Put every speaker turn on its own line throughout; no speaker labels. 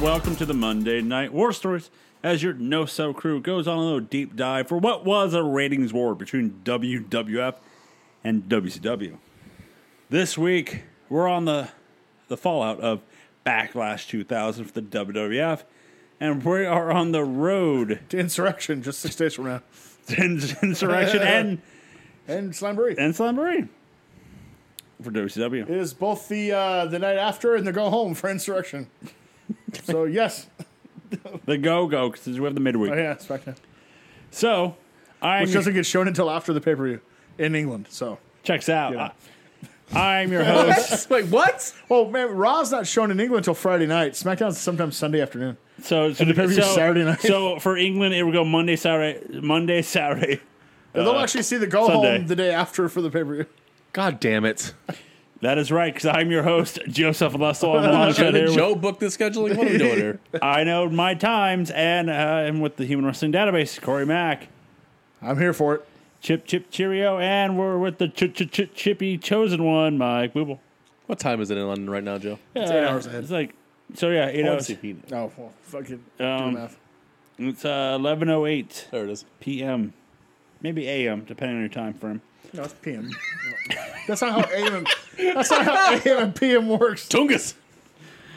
welcome to the Monday Night War Stories. As your no so crew goes on a little deep dive for what was a ratings war between WWF and WCW. This week, we're on the the fallout of Backlash 2000 for the WWF, and we are on the road
to insurrection just six days from now.
to Insurrection and
And Slamboree.
and Slamboree for WCW.
It is both the uh, the night after and the go home for insurrection. so yes,
The go go because we have the midweek.
oh, yeah, it's back now.
So I'm
Which doesn't get shown until after the pay per view in England. So
checks out. I, am your host.
Wait, what?
oh man, Raw's not shown in England until Friday night. SmackDown's sometimes Sunday afternoon.
So so,
the pay-per-view's
so-
Saturday night.
So for England, it would go Monday, Saturday, Monday, Saturday.
And they'll actually see the go
Sunday.
home the day after for the pay per view.
God damn it.
That is right, because I'm your host, Joseph Lessel. I'm on
Should
here.
Joe book the scheduling? What are we doing here?
with- I know my times, and uh, I'm with the Human Wrestling Database, Corey Mack,
I'm here for it.
Chip Chip Cheerio, and we're with the ch- ch- ch- Chippy Chosen One, Mike Booble.
What time is it in London right now, Joe?
It's
eight hours ahead.
It's like so, yeah, eight
I wanna
hours.
see if he-
Oh well, fucking do
Um,
math.
It's uh, 11:08
There it is.
p.m., maybe a.m. depending on your time frame.
No, it's PM. that's not how AM. That's not how AM and PM works.
Tungus!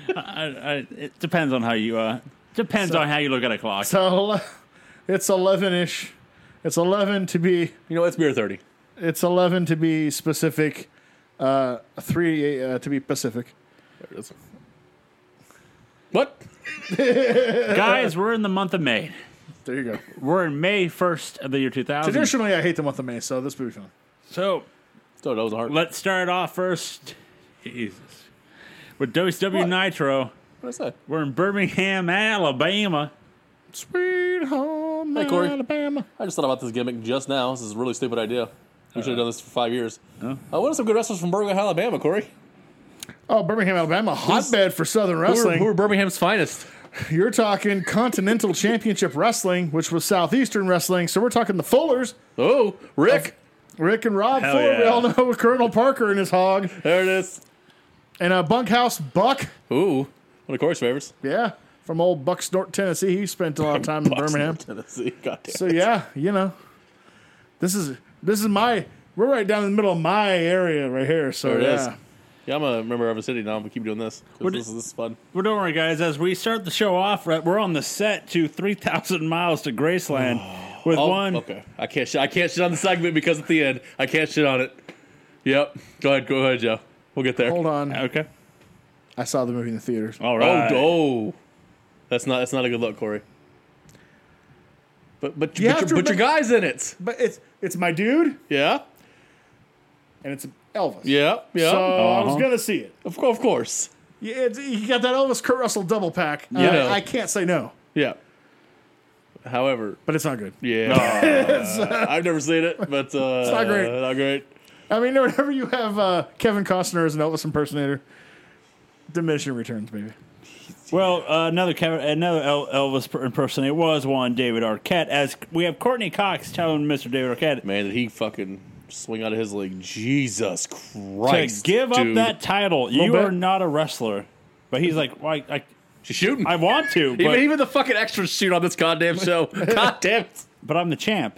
I, I, it depends on how you uh, depends on how you look at a clock.
So ele- it's eleven ish. It's eleven to be.
You know, it's beer 30.
It's eleven to be specific. Uh, three uh, to be Pacific.
There it is. What?
Guys, we're in the month of May.
There you go.
We're in May 1st of the year 2000.
Traditionally, I hate the month of May, so this will be fun.
So
So that was hard. What
let's start off first. Jesus. With WCW
What?
Nitro.
did I say?
We're in Birmingham, Alabama.
Sweet home
Hey, Corey.
Alabama.
I just thought about this gimmick just now. This is a really stupid idea. We should have done this for five years. Uh, what are some good wrestlers from Birmingham, Alabama, Corey?
Oh, Birmingham, Alabama, hotbed for Southern
Who are,
wrestling.
who are Birmingham's finest?
You're talking Continental Championship Wrestling, which was Southeastern Wrestling. So we're talking the Fullers,
Oh, Rick!
Rick and Rob
Hell
Fuller. We
yeah.
all know Colonel Parker and his hog,
There it is.
and a bunkhouse Buck.
Ooh, one of Corey's favorites.
Yeah, from old Buck Snort, Tennessee. He spent a lot of time in Birmingham.
Tennessee. God damn.
So yeah, you know, this is this is my we're right down in the middle of my area right here. So
There Oh, it is.
yeah,
Yeah, I'm a member of a city now. I'm gonna keep doing this. 'cause This, is, this is fun.
Well, don't worry, guys. As we start the show off, right, we're on the set to 3,000 miles to Graceland with
Oh,
one.
Okay, I can't. Sh- I can't shit on the segment because at the end, I can't shit on it. Yep. Go ahead. Go ahead, Joe. We'll get there.
hold on.
Okay.
I saw the movie in the theaters.
All
Oh,
right.
oh. That's not. That's not a good look, Corey. But but
You
you but,
have
your,
to
but your
remember-
guys in it.
But it's it's my dude,
Yeah.
and it's Elvis.
Yeah. Yeah. Oh,
So I
Uh-huh.
was gonna see it.
of, course, of course.
Yeah, it's, you got that Elvis Kurt Russell double pack. Uh,
Yeah.
I can't say no,
Yeah. However,
but it's not good.
yeah, I've never seen it, but uh, it's
uh, not great.
Not great.
I mean, whenever you have uh, Kevin Costner as an Elvis impersonator, diminishing returns, baby.
Well, uh, another Kevin, another El- Elvis per- impersonator was one David Arquette. As we have Courtney Cox telling Mr. David Arquette
Man, did he fucking swing out of his leg? Jesus
to
Christ!
give up
dude.
that title. You
bit.
are not a wrestler. But he's like, well, I, I,
She's shooting.
I want to,
even,
but,
even the fucking extras shoot on this goddamn show. God damn it.
but I'm the champ.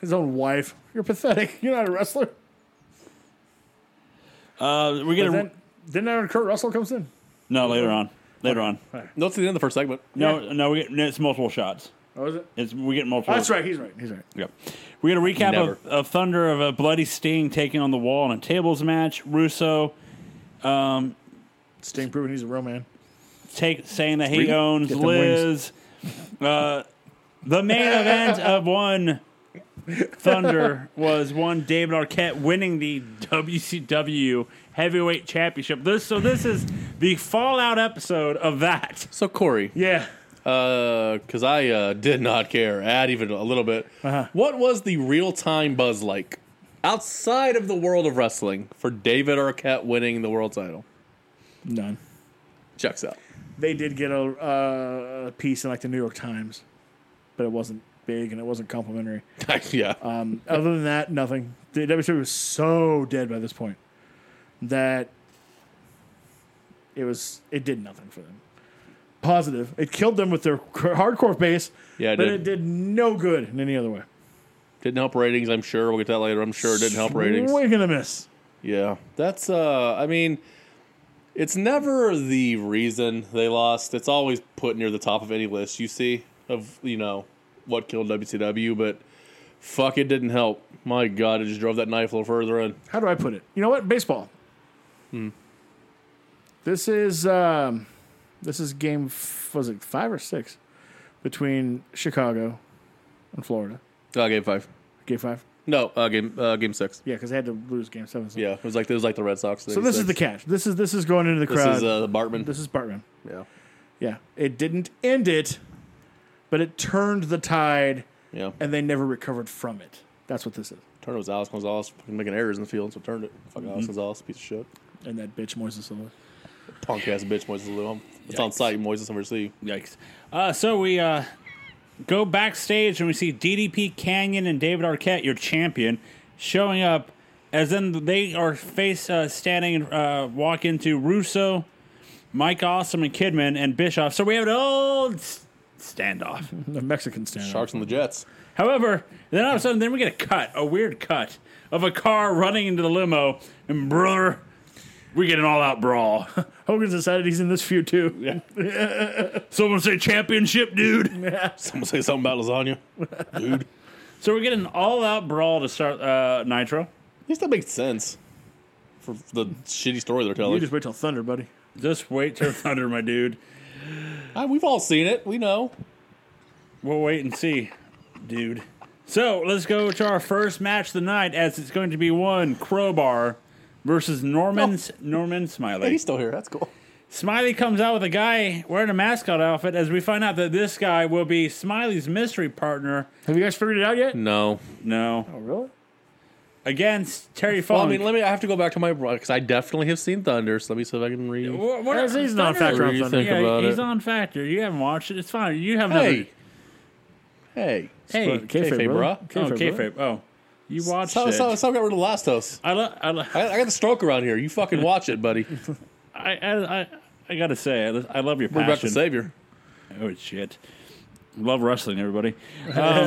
His own wife. You're pathetic. You're not a wrestler.
Uh, we get a,
And then then Aaron Kurt Russell comes in.
no later on, later on.
No, it's the end of the first segment.
No, no, we get no, it's multiple shots.
Oh, is it? Oh,
It's we get multiple.
That's right. He's right. He's right.
Yep. We get a recap
Never.
of, of Thunder of a bloody Sting taking on the wall in a tables match. Russo
Sting proving he's a real man.
take saying that he
Three.
owns
them wings.
Liz. Uh, the main event of one Thunder was one David Arquette winning the WCW Heavyweight Championship. This so this is the fallout episode of that.
So, Corey,
Yeah.
because I uh, did not care, add even a little bit.
Uh-huh.
What was the real time buzz like outside of the world of wrestling for David Arquette winning the world title?
None.
Checks out.
They did get a, uh, a piece in like the New York Times, but it wasn't big and it wasn't complimentary.
yeah.
Uh,
Um, other than that, nothing. The WWE was so dead by this point that it was it did nothing for them. positive. It killed them with their cr- hardcore base,
Yeah, it
but
did.
it did no good in any other way.
Didn't help ratings, I'm sure. We'll get to that later. I'm sure it didn't help ratings.
We're gonna miss.
Yeah. That's uh I mean it's never the reason they lost. It's always put near the top of any list you see of, you know, what killed WCW, but fuck it didn't help. My god, it just drove that knife a little further in.
How do I put it? You know what? Baseball.
Hmm.
This is um, this is game f- was it five or six between Chicago and Florida.
Uh, game 5.
Game five.
No, uh, game uh, game 6.
Yeah, because they had to lose game seven.
Yeah, it was like it was like the Red Sox.
So this is the catch. This is this is going into the
This
crowd.
is uh, Bartman.
this is Bartman.
yeah.
Yeah, it didn't end it, but it turned the tide,
Yeah.
and they never recovered from it. That's what this is.
Turn it was Alex Gonzalez fucking making errors in the field, so turned it. Fuck Alex Gonzalez, piece of shit.
And that bitch Moises Silva.
Punk ass bitch, Moises Lou. I'm- It's on
Yikes.
site, Moises Oversea.
Yikes. Uh, so we uh, go backstage and we see DDP Canyon and David Arquette, your champion, showing up. As then they are face uh, standing and uh, walk into Russo, Mike Awesome, and Kidman and Bischoff. So we have an old s- standoff.
The Mexican stand.
Sharks and the Jets.
However, then all of a sudden, then we get a cut, a weird cut of a car running into the limo, and brother, we get an all-out brawl.
Hogan's decided he's in this feud too.
Someone say championship, dude.
Someone say something about lasagna, dude.
So we get an all-out brawl to start uh, Nitro.
At least that makes sense for the shitty story they're
You
telling.
just wait till Thunder, buddy.
Just wait till Thunder, my dude.
Ah, we've all seen it. We know.
We'll wait and see, dude. So let's go to our first match of the night, as it's going to be one Crowbar versus Norman's Norman
Hey,
Smiley.
Oh. he's still here. That's cool.
Smiley comes out with a guy wearing a mascot outfit, as we find out that this guy will be Smiley's mystery partner.
Have you guys figured it out yet?
No.
No,
Oh, really?
against Terry Funk.
Well, I mean, let me. I have to go back to my because I definitely have seen Thunder. So let me see if I can read.
What- what-
As he's not a
Thunder-
factor
What do
on
you
Thunder.
think?
Yeah,
about
he's
it.
on Factor. You haven't watched it. It's fine. You have another.
Hey, hey,
hey,
But kayfabe, brother.
kayfabe, bruh.
Oh,
Kayfabe, brother.
kayfabe. Oh, you watched
so,
it.
so, so I got rid of Last House.
I, lo- I, lo-
I, I got the stroke around here. You fucking watch it, buddy.
I, I, I, I gotta say, I, I love your
We're about the
passion.
savior.
oh shit, love wrestling, everybody. Um,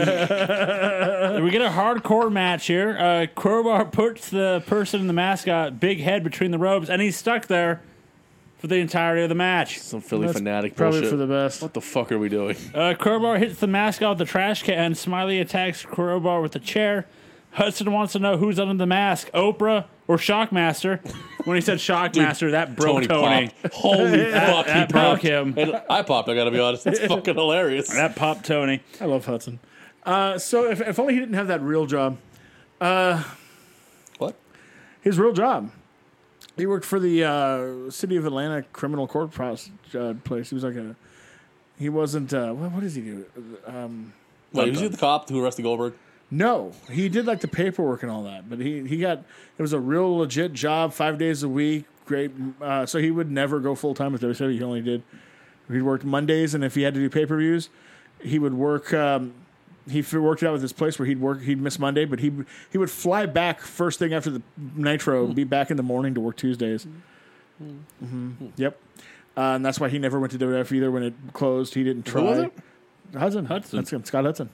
we get a hardcore match here. Uh, Crowbar puts the person in the mascot big head between the ropes, and he's stuck there for the entirety of the match.
Some Philly
That's
fanatic
Probably
bullshit.
for the best.
what the fuck are we doing?
Uh, Crowbar hits the mascot with the trash can. Smiley attacks Crowbar with the chair. Hudson wants to know who's under the mask, Oprah or Shockmaster. When he said Shockmaster, that broke Tony.
popped. Holy fuck, he
That broke
popped.
him.
And I popped. I gotta be honest. It's fucking hilarious.
That popped Tony.
I love Hudson. Uh, so if, if only he didn't have that real job.
What?
His real job. He worked for the uh, city of Atlanta criminal court pros- uh, place. He was like a. He wasn't. Uh, what, what does he do?
Wait, was he the cop who arrested Goldberg?
No, he did like the paperwork and all that, but he he got it was a real legit job, five days a week. Great, uh, so he would never go full time with WWE. He only did he worked Mondays, and if he had to do pay per views, he would work. Um, he f- worked it out with this place where he'd work. He'd miss Monday, but he he would fly back first thing after the Nitro,
Hmm.
be back in the morning to work Tuesdays.
Hmm.
Mhm. Yep, uh, and that's why he never went to WWF either when it closed. He didn't try.
was it?
Hudson.
Hudson.
That's him. Scott Hudson.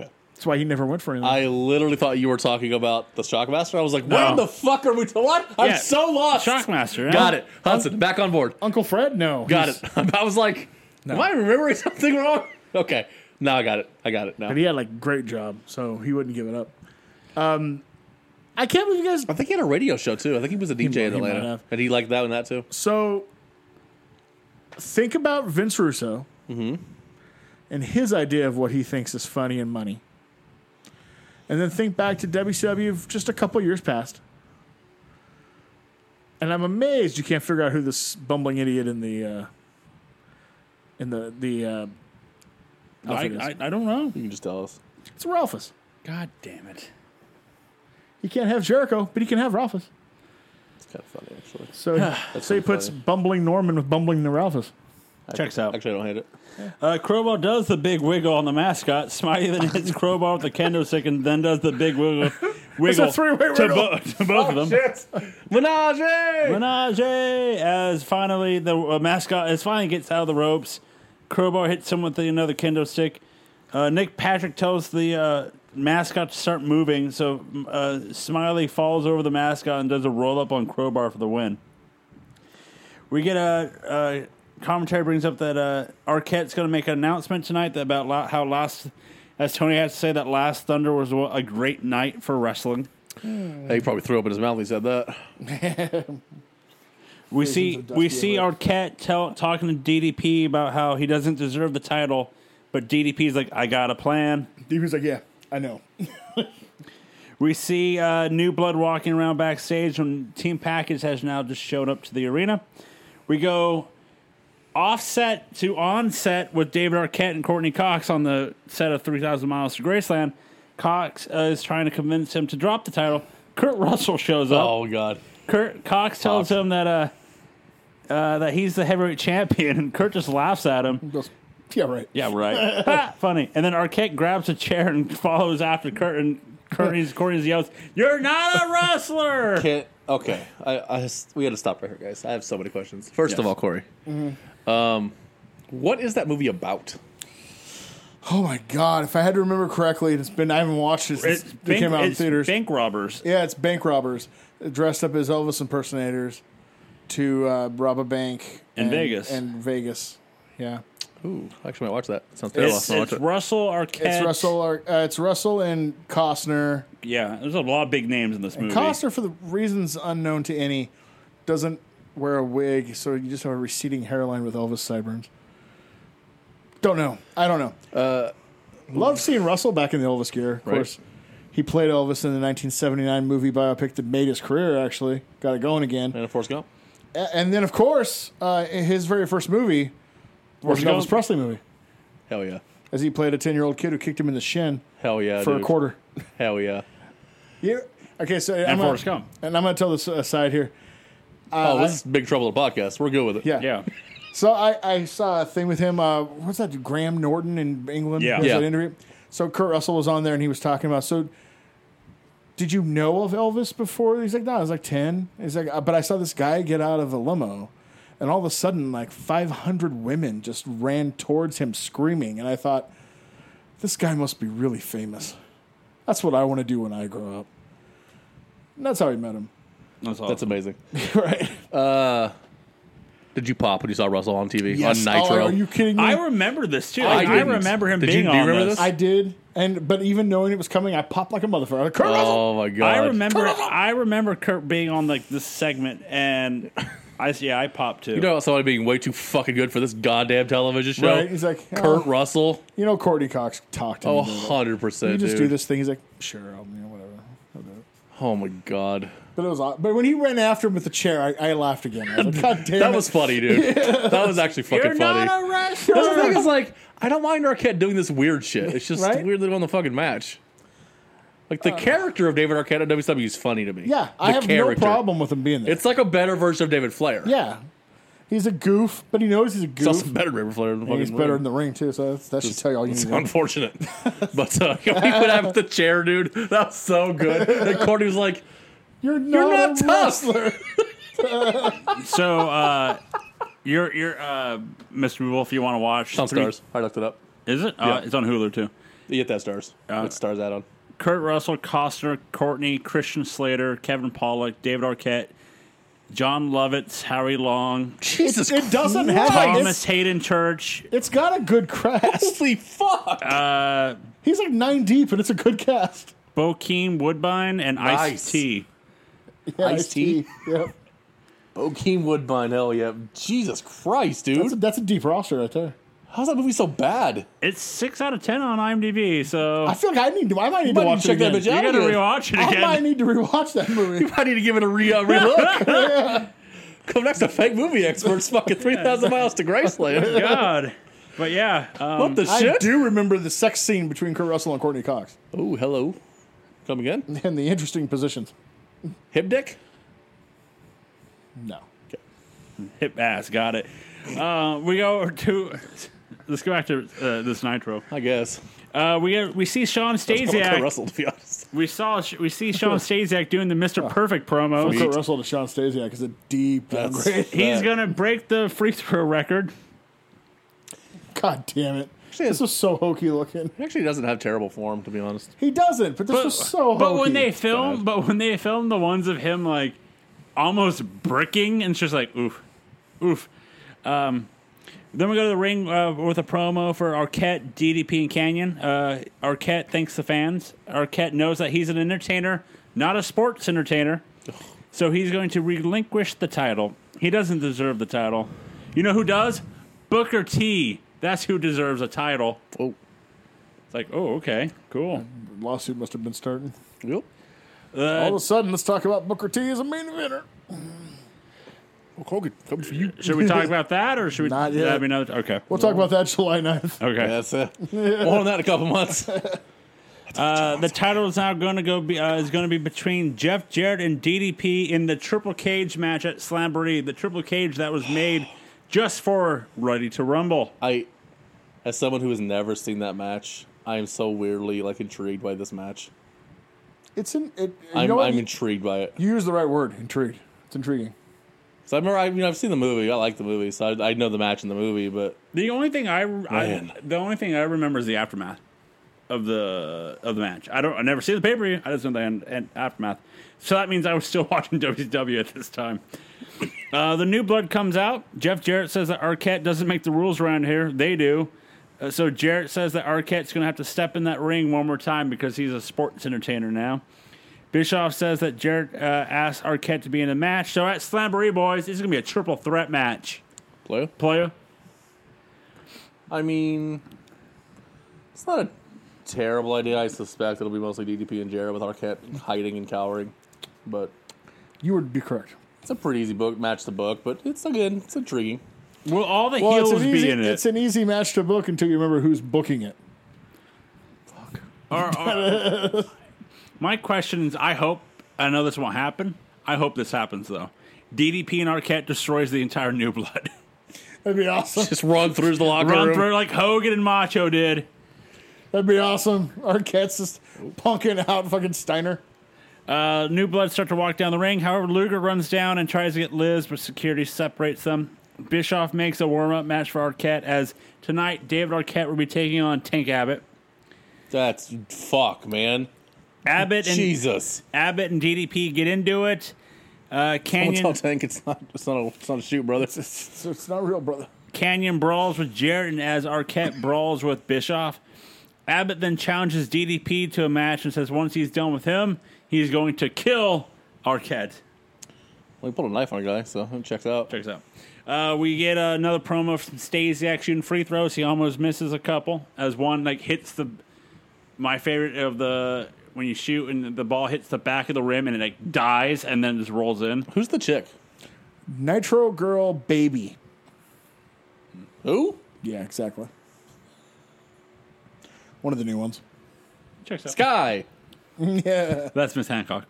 Okay.
That's why he never went for anything.
I literally thought you were talking about the Shockmaster. I was like, what
No.
in the fuck are we? T- what? I'm
Yeah.
so lost.
Shockmaster. huh?
Got it. Hudson, back on board.
Uncle Fred? No.
Got
He's-
it. I was like, am I remembering something wrong? Okay. Now I got it. I got it now.
But he had like great job, so he wouldn't give it up. Um, I can't believe you guys.
I think he had a radio show too. I think he was a DJ in
might- he might
Atlanta.
have.
And he liked that one, that too.
So think about Vince Russo
Mm-hmm.
and his idea of what he thinks is funny and money, and then think back to WCW of just a couple years past. And I'm amazed you can't figure out who this bumbling idiot in the uh, in the the uh,
I,
outfit is.
I, I don't know.
You can just tell us.
it's Ralphus.
God damn it.
He can't have Jericho, but he can have Ralphus.
It's kind of funny, actually.
So, so he puts bumbling Norman with bumbling Neralphus.
Checks out.
Actually, I don't hate it.
Uh, Crowbar does the big wiggle on the mascot. Smiley then hits Crowbar with the kendo stick and then does the big wiggle wiggle
three-way Oh,
to,
wiggle.
bo- to both of them.
Shit. Menage!
Menage as finally the uh, mascot as finally gets out of the ropes. Crowbar hits someone with another kendo stick. Uh, Nick Patrick tells the uh, mascot to start moving, so uh, Smiley falls over the mascot and does a roll up on Crowbar for the win. We get a, a commentary brings up that uh, Arquette's going to make an announcement tonight that about la- how last, as Tony had to say, that last Thunder was a great night for wrestling.
He probably threw up in his mouth. He said that.
We see
of
we
Dusty
see Arquette tell, talking to DDP about how he doesn't deserve the title, but DDP's like, I got a plan.
He was like, yeah, I know.
We see uh, New Blood walking around backstage when Team Package has now just showed up to the arena. We go offset to onset with David Arquette and Courtney Cox on the set of 3,000 Miles to Graceland. Cox uh, is trying to convince him to drop the title. Kurt Russell shows up.
Oh, God.
Kurt Cox tells
Cox.
him that uh, uh, that he's the heavyweight champion, and Kurt just laughs at him.
He goes, yeah, right.
Yeah, right. Ha, Funny. And then Arquette grabs a chair and follows after Kurt, and Courtney's Courtney's yells, "You're not a wrestler!"
Can't, okay. I, I just, we got to stop right here, guys. I have so many questions. First of
Yes.
all, Corey, um, what is that movie about?
Oh my god! If I had to remember correctly, it's been I haven't watched it since
It's
it
bank,
came out in
it's
theaters.
bank robbers.
yeah, it's bank robbers dressed up as Elvis impersonators to uh, rob a bank
In Vegas.
And Vegas, yeah.
Ooh, actually, I might watch that. Sounds terrible.
It's,
I'm gonna
it's
watch
Russell Arquette.
It's Russell. Ar- Uh, it's Russell and Costner.
Yeah, there's a lot of big names in this movie.
Costner, for the reasons unknown to any, doesn't wear a wig, so you just have a receding hairline with Elvis sideburns. Don't know. I don't know. Uh, Love seeing Russell back in the Elvis gear. Of
Right.
course, he played Elvis in the 1979 movie biopic that made his career. Actually, got it going again.
And of course, go.
A- And then, of course, uh, his very first movie was an
Gump.
Elvis Presley movie,
Hell yeah.
as he played a 10 year old kid who kicked him in the shin
Hell yeah.
for
dude.
a quarter.
Hell yeah.
Yeah. Okay, so
and
I'm gonna-
Forrest Gump.
And I'm going to tell this aside here.
oh, this is Big Trouble in the Podcast. We're good with it.
Uh, Yeah.
Yeah,
So I, I saw a thing with him. Uh, what's that? dude, Graham Norton in England.
Yeah.
Was
Yeah.
That interview. So Kurt Russell was on there and he was talking about. So did you know of Elvis before? He's like, no, I was like ten. He's like, "Uh, but I saw this guy get out of a limo, and all of a sudden, like five hundred women just ran towards him screaming, and I thought, this guy must be really famous. That's what I want to do when I grow up. And that's how he met him,
that's awesome.
That's amazing.
right?
Did you pop when you saw Russell on TV on
Oh,
Nitro?
are you kidding me?
I remember this too.
I
Like, I,
didn't.
remember him
Did you-
being
do you
on
remember
this.
this?
I did, and but even knowing it was coming, I popped like a motherfucker. Like, Kurt Russell!
Oh my god!
I remember I remember Kurt being on like this segment and I yeah, I popped too.
You know somebody being way too fucking good for this goddamn television show.
Right? He's like,
Kurt
oh.
Russell.
You know, Courtney Cox talked to
Oh,
me. about it.
100 percent.
You just
dude.
do this thing. He's like, sure, I'll, you know, whatever. I'll do it.
Oh my god.
But it was, aw- but when he ran after him with the chair, I, I laughed again. I was like, God damn
That
it.
was funny, dude. That was actually fucking
You're
funny.
not a wrestler.
That's the thing is like, I don't mind Arquette doing this weird shit. It's just
Right? Uh.
weird that it won the fucking match. Like the character of David Arquette at WWE E is funny to me.
yeah. I
The
have
character.
no problem with him being there.
It's like a better version of David Flair.
yeah, he's a goof, but he knows he's a
It's
goof.
also better than David Flair than the
and
fucking
he's better in the ring too. So that's, that should tell you all you need.
It's
to know.
unfortunate. but uh, he put out the chair, dude. That was so good. And Courtney was like,
You're not,
You're not
a
tough.
Oh, wrestler.
So uh you're you're uh Mr. Wolf, you want to watch
It's on
three-
stars. I looked it up.
Is it? Uh, it's on Hulu too.
You get that stars. It's stars add on.
Kurt Russell, Costner, Courtney, Christian Slater, Kevin Pollock, David Arquette, John Lovitz, Harry Long,
Jesus
It doesn't have.
Thomas
It's,
Hayden Church,
it's got a good cast.
Holy fuck!
uh
He's like nine deep, and it's a good cast.
Bokeem Woodbine and Ice
Nice.
T.
Yeah,
Ice-T.
Ice-T. Yep.
Bokeem Woodbine, hell yeah. Jesus Christ, dude.
That's a, that's a deep roster right there.
How's that movie so bad?
It's six out of ten on IMDb, so
I feel like I need to. I might need
might
to watch
check
it
that
again.
bitch
you
out
gotta
again.
rewatch it
I
again.
might need to rewatch that movie.
I need to give it a re uh, relook. Come next to fake movie experts, fucking three thousand miles to Graceland.
God. But yeah, um,
What the
I
shit?
do remember the sex scene between Kurt Russell and Courtney Cox
Oh, hello. Come again?
and the interesting positions.
Hip dick.
No,
hip ass got it. Uh, we go to let's go back to uh, this Nitro.
I guess.
Uh, we we see Sean
I just wanna cut
Stasiak.
Russell, to be honest.
We saw we see Sean Stasiak doing the Mister Perfect promos.
Kurt Russell to Sean Stasiak is a deep
That's-
downgrade.
He's
that.
gonna break the free throw record.
God damn it. This was so hokey looking.
He actually doesn't have terrible form, to be honest.
He doesn't, but this was so hokey.
But when they film, but when they film the ones of him like almost bricking, and it's just like oof, oof. Um, then we go to the ring uh, with a promo for Arquette, DDP, and Canyon. Uh, Arquette thanks the fans. Arquette knows that he's an entertainer, not a sports entertainer, so he's going to relinquish the title. He doesn't deserve the title. You know who does? Booker T. That's who deserves a title.
Oh,
It's like, oh, okay, cool.
Lawsuit must have been starting.
yep.
All of a sudden, let's talk about Booker T as a main eventer.
Hogan, come for you.
Should we talk about that, or should we?
Not yet.
That'd be another. Okay.
We'll talk about that July 9th.
Okay.
That's it. More on that in a couple months.
Uh, the title is now going to go be, uh, is going to be between Jeff Jarrett and DDP in the triple cage match at Slamboree. The triple cage that was made just for Ready to Rumble.
I, as someone who has never seen that match, I am so weirdly like intrigued by this match.
It's in. It, you
I'm,
know what?
I'm intrigued by it.
you use the right word, intrigued. It's intriguing.
So I remember, I, you know, I've seen the movie. I like the movie, so I, I know the match in the movie. But
The only thing I, I
Man.
the only thing I remember is the aftermath of the of the match. I don't. I never see the pay per view. I just know the end, end, aftermath. So that means I was still watching WCW at this time. Uh, the new blood comes out. Jeff Jarrett says that Arquette doesn't make the rules around here. They do. Uh, so Jarrett says that Arquette's going to have to step in that ring one more time because he's a sports entertainer now. Bischoff says that Jarrett uh, asked Arquette to be in the match. So at Slamboree, boys, it's going to be a triple threat match.
Blair?
Player,
I mean, it's not a terrible idea. I suspect it'll be mostly DDP and Jarrett with Arquette hiding and cowering. But
You would be correct.
it's a pretty easy book match to book. But it's again, it's intriguing.
will all the
Well, it's
heels
an,
be
easy,
in it?
it's an easy match to book until you remember who's booking it.
Or- or- my question is I hope, I know this won't happen. I hope this happens, though. DDP and Arquette destroys the entire New Blood.
That'd be awesome.
Just run through the locker
Run
room.
through like Hogan and Macho did.
That'd be awesome. Arquette's just punking out fucking Steiner.
Uh, New Blood start to walk down the ring. However, Luger runs down and tries to get Liz, but security separates them. Bischoff makes a warm up match for Arquette as tonight David Arquette will be taking on Tank Abbott.
That's fuck, man.
Abbott and
Jesus.
Abbott and DDP get into it. Uh,
Don't
Canyon
tell Tank it's not. It's not. A, it's not a shoot, brother.
So it's not real, brother.
Canyon brawls with Jarrett and as Arquette brawls with Bischoff. Abbott then challenges DDP to a match and says once he's done with him, he's going to kill Arquette.
We pulled a knife on a guy, so it checks out.
Checks out. Uh, we get uh, another promo from Stasiak shooting free throws. He almost misses a couple as one like hits the. My favorite of the when you shoot and the ball hits the back of the rim and it like dies and then just rolls in.
Who's the chick?
Nitro Girl Baby.
Who?
Yeah, exactly. One of the new ones.
Checks out.
Sky.
yeah.
That's Miss Hancock.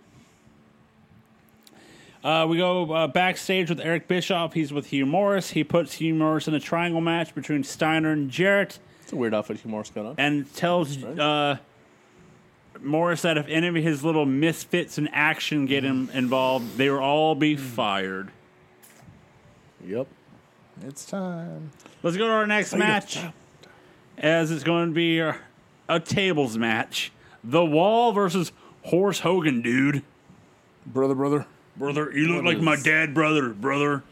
Uh, we go uh, backstage with Eric Bischoff. He's with Hugh Morris. He puts Hugh Morris in a triangle match between Steiner and Jarrett
It's a weird outfit Hugh Morris got on.
and tells uh, Morris that if any of his little misfits in action get him involved, they will all be fired.
Yep.
It's time.
Let's go to our next match, as it's going to be a, a tables match. The Wall versus Horace Hogan, dude.
Brother, brother,
Brother, you look like my dad, brother, brother,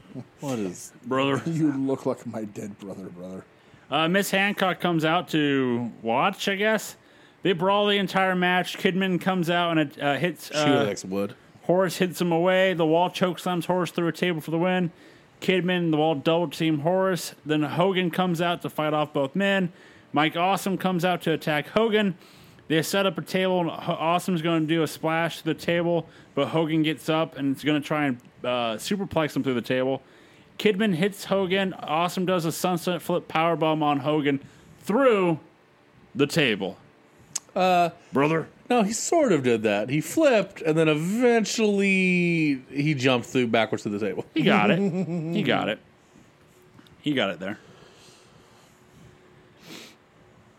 What is?
brother.
you look like my dead brother, brother.
Uh, Miss Hancock comes out to watch, I guess. They brawl the entire match. Kidman comes out and it, uh, hits. Uh,
wood.
Horace hits him away. The wall chokeslams Horace through a table for the win. Kidman, the wall double team Horace. Then Hogan comes out to fight off both men. Mike Awesome comes out to attack Hogan. They set up a table, and Ho- Awesome's going to do a splash to the table, but Hogan gets up and is going to try and uh, superplex him through the table. Kidman hits Hogan. Awesome does a sunset flip powerbomb on Hogan through the table. Uh, Brother.
No, he sort of did that. He flipped, and then eventually he jumped through backwards to the table.
He got it. he got it. He got it there.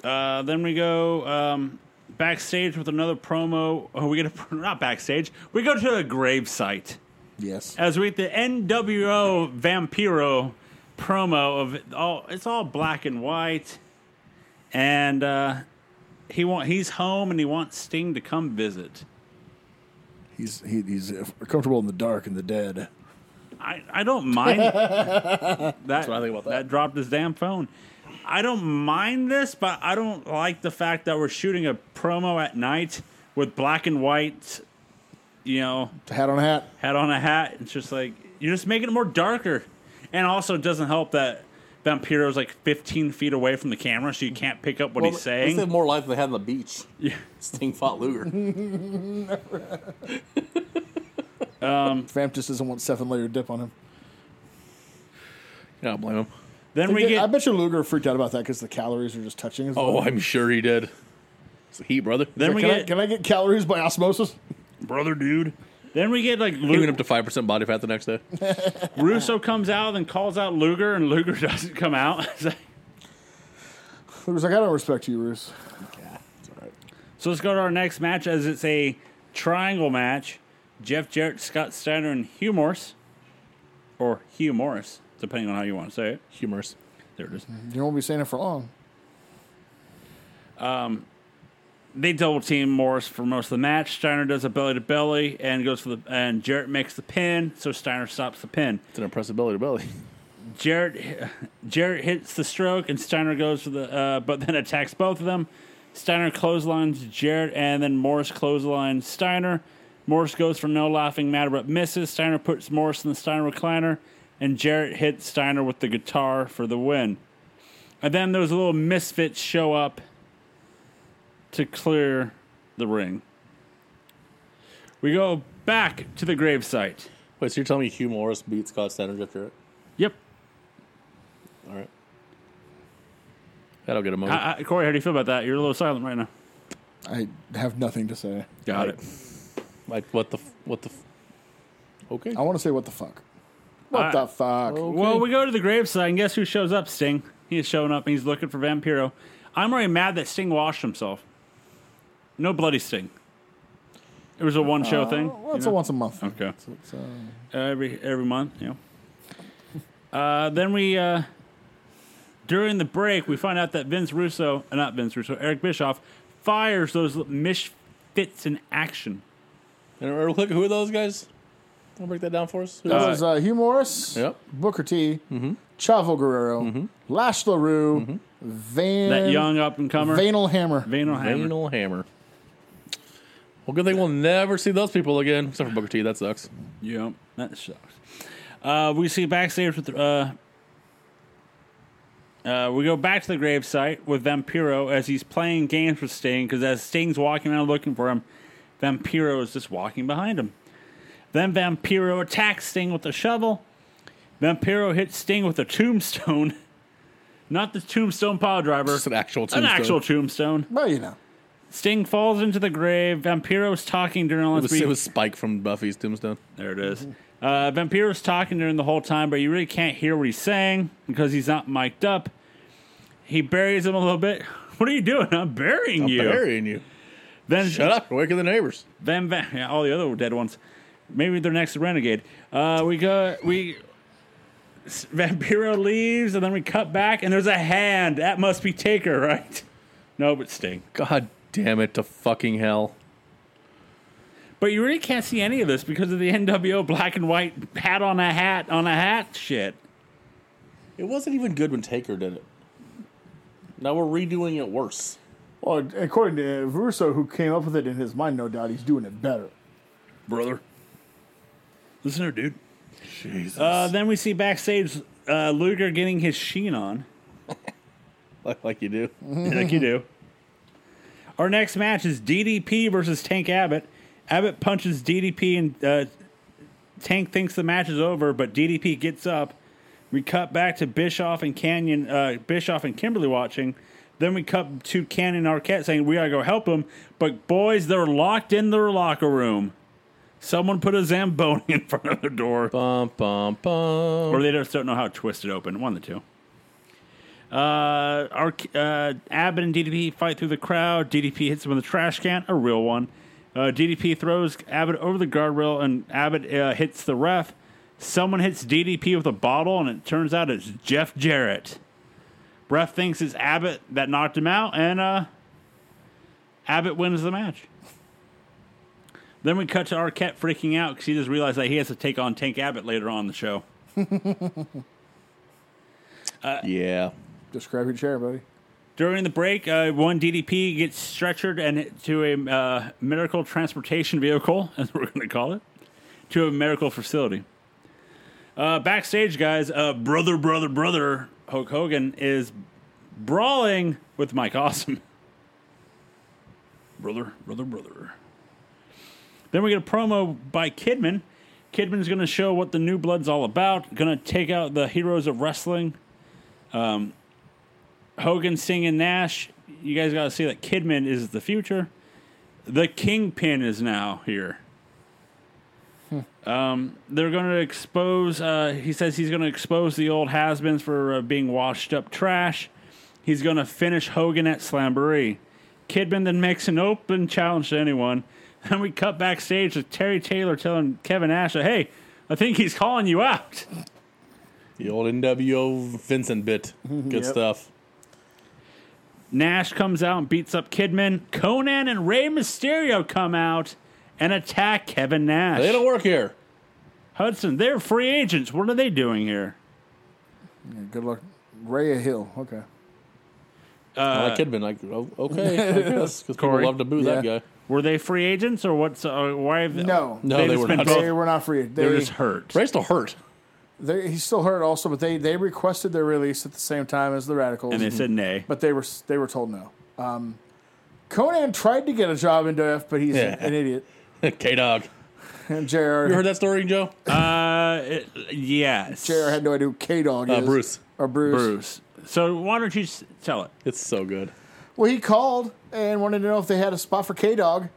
Uh, then we go um, backstage with another promo. Oh, we get a not backstage. We go to a grave site
Yes.
as we get the NWO Vampiro promo of it all. It's all black and white, and uh, he want he's home and he wants Sting to come visit.
He's he, he's uh, comfortable in the dark and the dead.
I, I don't mind that.
what I think about that.
dropped his damn phone. I don't mind this, but I don't like the fact that we're shooting a promo at night with black and white, you know,
Hat on hat.
hat on a hat. It's just like you're just making it more darker. And also it doesn't help that Vampiro's like 15 feet away from the camera, so you can't pick up what he's saying.
They have more life than they had on the beach. Yeah. Sting fought Luger.
Vamp just doesn't want seven layer dip on him.
yeah, blame him.
then we
I
get
bet you Luger freaked out about that because the calories are just touching. His
Oh, I'm sure he did. It's the heat, brother.
then we
can, I,
get
can I get calories by osmosis?
brother dude. Then we get like
He
Luke,
went up to five percent body fat the next day.
Russo comes out and calls out Luger, and Luger doesn't come out. It's like-
Luger's like, I don't respect you, Bruce.
So let's go to our next match as it's a triangle match. Jeff Jarrett, Scott Steiner, and Hugh Morris. Or Hugh Morris, depending on how you want to say it.
Humorous.
There it is.
You won't be saying it for long.
They double team Morris for most of the match. Steiner does a belly to belly and goes for the and Jarrett makes the pin, so Steiner stops the pin.
It's an impressive belly to belly.
Jarrett Jarrett hits the stroke and Steiner goes for the uh, but then attacks both of them. Steiner clotheslines Jarrett and then Morris clotheslines Steiner. Morris goes for no laughing matter but misses. Steiner puts Morris in the Steiner recliner and Jarrett hits Steiner with the guitar for the win. And then those little misfits show up to clear the ring. We go back to the gravesite.
Wait, so you're telling me Hugh Morris beat Scott Steiner Jeff Jarrett?
Yep.
All right. That'll get a moment.
I, I, Corey, how do you feel about that? You're a little silent right now.
I have nothing to say.
Got
Like- Like what the f- what the? f- Okay.
Oh.
I want to say what the fuck. What
I-
the fuck?
Well, we go to the gravesite, and guess who shows up? Sting. He's showing up, and he's looking for Vampiro. I'm already mad that Sting washed himself. No bloody Sting. It was a one show thing.
Well, it's
you
a
know?
once a month.
Okay.
It's, uh,
every every month. You know. Uh, then we uh, during the break we find out that Vince Russo, uh, not Vince Russo, Eric Bischoff fires those misfits in action.
And or look, who are those guys? I'll break that down for us. Who
that
are
was uh, Hugh Morris,
Yep.
Booker T,
Mm-hmm.
Chavo Guerrero, Lash LaRue, Van,
That young up and comer,
Vanal Hammer.
Vanal
those?
Hammer.
Anal hammer. Well, good thing we'll never see those people again, except for Booker T. That sucks.
Yep, that sucks. Uh, we see backstage with. Uh, uh, we go back to the gravesite with Vampiro as he's playing games with Sting because as Sting's walking around looking for him, Vampiro is just walking behind him. Then Vampiro attacks Sting with a shovel. Vampiro hits Sting with a tombstone. Not the tombstone pile driver,
Just an actual
an
tombstone.
actual tombstone.
Well, you know.
Sting falls into the grave. Vampiro's talking during all
It was, it was Spike from Buffy's Tombstone.
there it is.
Mm-hmm.
Uh, Vampiro's talking during the whole time, but you really can't hear what he's saying because he's not mic'd up. He buries him a little bit. What are you doing? I'm burying you.
Burying you.
Then,
Shut up. Wake up the neighbors.
then, Va- yeah, all the other dead ones. Maybe they're next to Renegade. Uh, we go. We S- Vampiro leaves, and then we cut back, and there's a hand. That must be Taker, right? No, but Sting.
God damn it to fucking hell.
But you really can't see any of this because of the NWO black and white hat on a hat on a hat shit.
It wasn't even good when Taker did it. Now we're redoing it worse.
Well, according to Russo, who came up with it in his mind, no doubt, he's doing it better.
brother. Listen here, dude.
Jesus.
Uh, then we see backstage uh, Luger getting his sheen on,
like, like you do.
like you do. Our next match is DDP versus Tank Abbott. Abbott punches DDP, and uh, Tank thinks the match is over, but DDP gets up. We cut back to Bischoff and Canyon, uh, Bischoff and Kimberly watching. Then we cut to Canyon and Arquette saying we gotta go help him, but boys, they're locked in their locker room. Someone put a zamboni in front of the door.
Bum, bum, bum.
or they just don't know how to twist it open. One of the two. Uh, our, uh, Abbott and DDP fight through the crowd. DDP hits him with a trash can, a real one. Uh, DDP throws Abbott over the guardrail, and Abbott uh, hits the ref. Someone hits DDP with a bottle, and it turns out it's Jeff Jarrett. Ref thinks it's Abbott that knocked him out, and uh, Abbott wins the match. Then we cut to Arquette freaking out because he just realized that he has to take on Tank Abbott later on in the show.
yeah.
Describe your chair, buddy.
During the break, uh, one DDP gets stretchered and to a uh, medical transportation vehicle, as we're going to call it, to a medical facility. Uh, backstage, guys, uh, brother, brother, brother, Hulk Hogan is brawling with Mike Awesome. Brother, brother, brother. Then we get a promo by Kidman. Kidman's going to show what the new blood's all about, going to take out the heroes of wrestling. Hogan singing Nash. You guys got to see that Kidman is the future. The Kingpin is now here. Um, they're going to expose. Uh, he says he's going to expose the old has-beens for uh, being washed up trash. He's going to finish Hogan at Slamboree. Kidman then makes an open challenge to anyone. Then we cut backstage with Terry Taylor telling Kevin Nash, "Hey, I think he's calling you out."
The old NWO Vincent bit. Good
Yep.
stuff.
Nash comes out and beats up Kidman. Conan and Rey Mysterio come out and attack Kevin Nash.
They don't work here.
Hudson, they're free agents. What are they doing here?
Yeah, good luck. Raya Hill. Okay.
I like Kidman. Like, oh, okay, I guess. Because people
Corey?
love to boo that
Yeah.
guy.
Were they free agents or what's? Uh, why have
No.
No,
They've
they
just
were
been
not.
both-
They were not free. They,
They're just hurt.
Ray still hurt.
they, he's still hurt also, but they, they requested their release at the same time as the Radicals.
And they said nay.
but they were they were told no. Um, Conan tried to get a job in WF, but he's
Yeah.
an idiot.
K Dog.
And JR,
You heard that story, Joe?
Uh, it- yes.
JR had no idea who K Dog
Uh,
is.
Bruce.
Or Bruce.
Bruce. So why don't you s- tell it?
It's so good.
Well, he called and wanted to know if they had a spot for K Dog,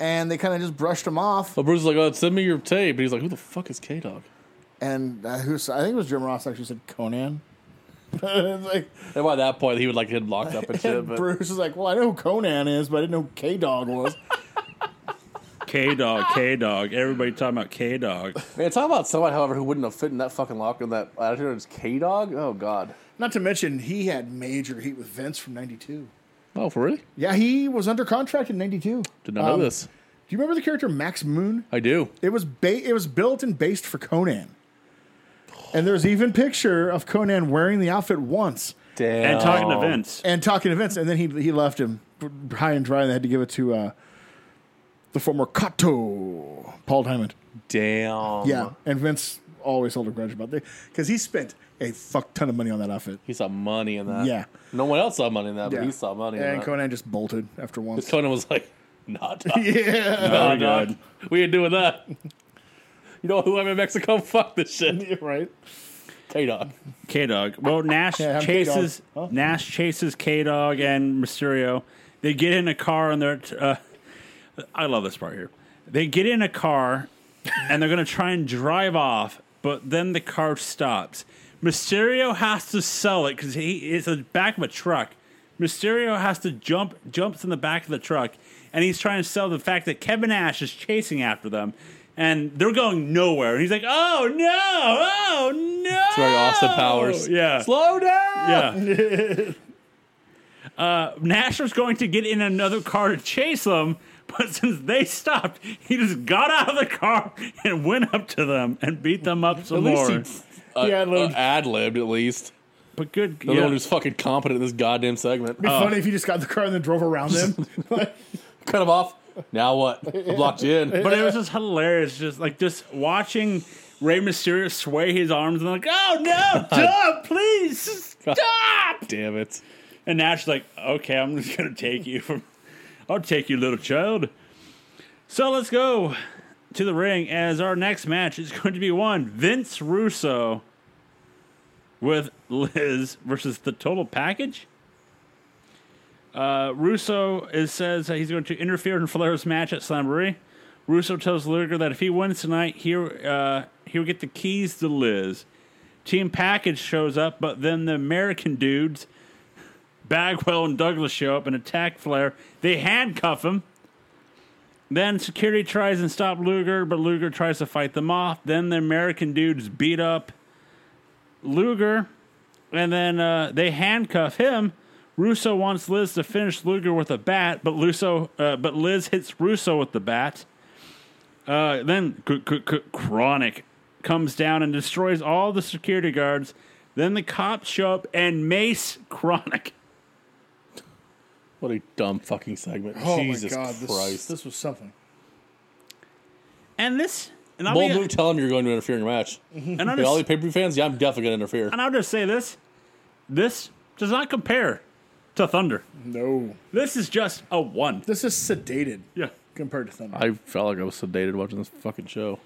and they kind of just brushed him off.
But Bruce is like, oh, send me your tape. And he's like, who the fuck is K Dog?
And uh, who's, I think it was Jim Ross actually said Conan. It's like,
And by that point, he would like get locked up and shit.
and
But
Bruce is like, well, I know who Conan is, but I didn't know who K Dog was.
K dog, K dog. Everybody talking about K dog.
man, talk about someone, however, who wouldn't have fit in that fucking locker in that attitude. It's K Dog. Oh god.
Not to mention, he had major heat with Vince from '92.
Oh, for really?
Yeah, he was under contract in '92.
Did not
Um,
know this.
Do you remember the character Max Moon?
I do.
It was ba- it was built and based for Conan. And there's even picture of Conan wearing the outfit once
Damn.
And talking to Vince.
and talking to Vince, and then he he left him high and dry, and they had to give it to uh, the former Kato, Paul Diamond.
Damn.
Yeah, and Vince always held a grudge about that because he spent a fuck ton of money on that outfit.
He saw money in that.
Yeah.
No one else saw money in that,
Yeah.
but he saw money in
and
that.
Conan just bolted after once.
Conan was like, not.
yeah,
Oh,
Very
God.
good.
We ain't doing that. You know who I'm in Mexico? Fuck this shit.
right.
K Dog.
K Dog. Well, Nash
Yeah, I'm
chases
K-Dog. Huh?
Nash chases K Dog and Mysterio. They get in a car and they're. Uh, I love this part here. They get in a car and they're going to try and drive off, but then the car stops. Mysterio has to sell it because he is the back of a truck. Mysterio has to jump, jumps in the back of the truck, and he's trying to sell the fact that Kevin Nash is chasing after them, and they're going nowhere. And he's like, "Oh no! Oh no!" It's
Very Austin Powers.
Yeah.
Slow down.
Yeah. uh, Nash was going to get in another car to chase them, but since they stopped, he just got out of the car and went up to them and beat them up
At
some more.
least he uh,
He ad-libbed.
uh, ad-libbed, at least.
but good,
The
yeah.
one who's fucking competent in this goddamn segment.
Be funny if you just got in the car and then drove around him. Oh
Cut him off. Now what? I blocked you in.
but it was just hilarious, just like just watching Rey Mysterio sway his arms and like, oh no, stop, please stop.
Damn it.
And Nash is like, okay, I'm just gonna take you from, I'll take you, little child. So let's go to the ring as our next match is going to be one Vince Russo with Liz versus the Total Package. Uh, Russo is, says that he's going to interfere in Flair's match at Slamboree. Russo tells Luger that if he wins tonight, he uh, he'll get the keys to Liz. Team Package shows up, but then the American dudes, Bagwell and Douglas, show up and attack Flair. They handcuff him. Then security tries and stop Luger, but Luger tries to fight them off. Then the American dudes beat up Luger, and then uh, they handcuff him. Russo wants Liz to finish Luger with a bat, but Russo, uh, but Liz hits Russo with the bat. Uh, then C- C- C- Chronic comes down and destroys all the security guards. Then the cops show up and mace Chronic.
What a dumb fucking segment.
Oh
Jesus
my god, this,
Christ.
this was something.
And this, and I'll,
Bold
be-
move, tell him you're going to interfere in your match.
and I'll
Hey, all
just
you pay per view fans, yeah, I'm definitely going to interfere.
And I'll just say this this does not compare to Thunder.
No,
This is just a one.
this is sedated
Yeah.
compared to Thunder.
I felt like I was sedated watching this fucking show.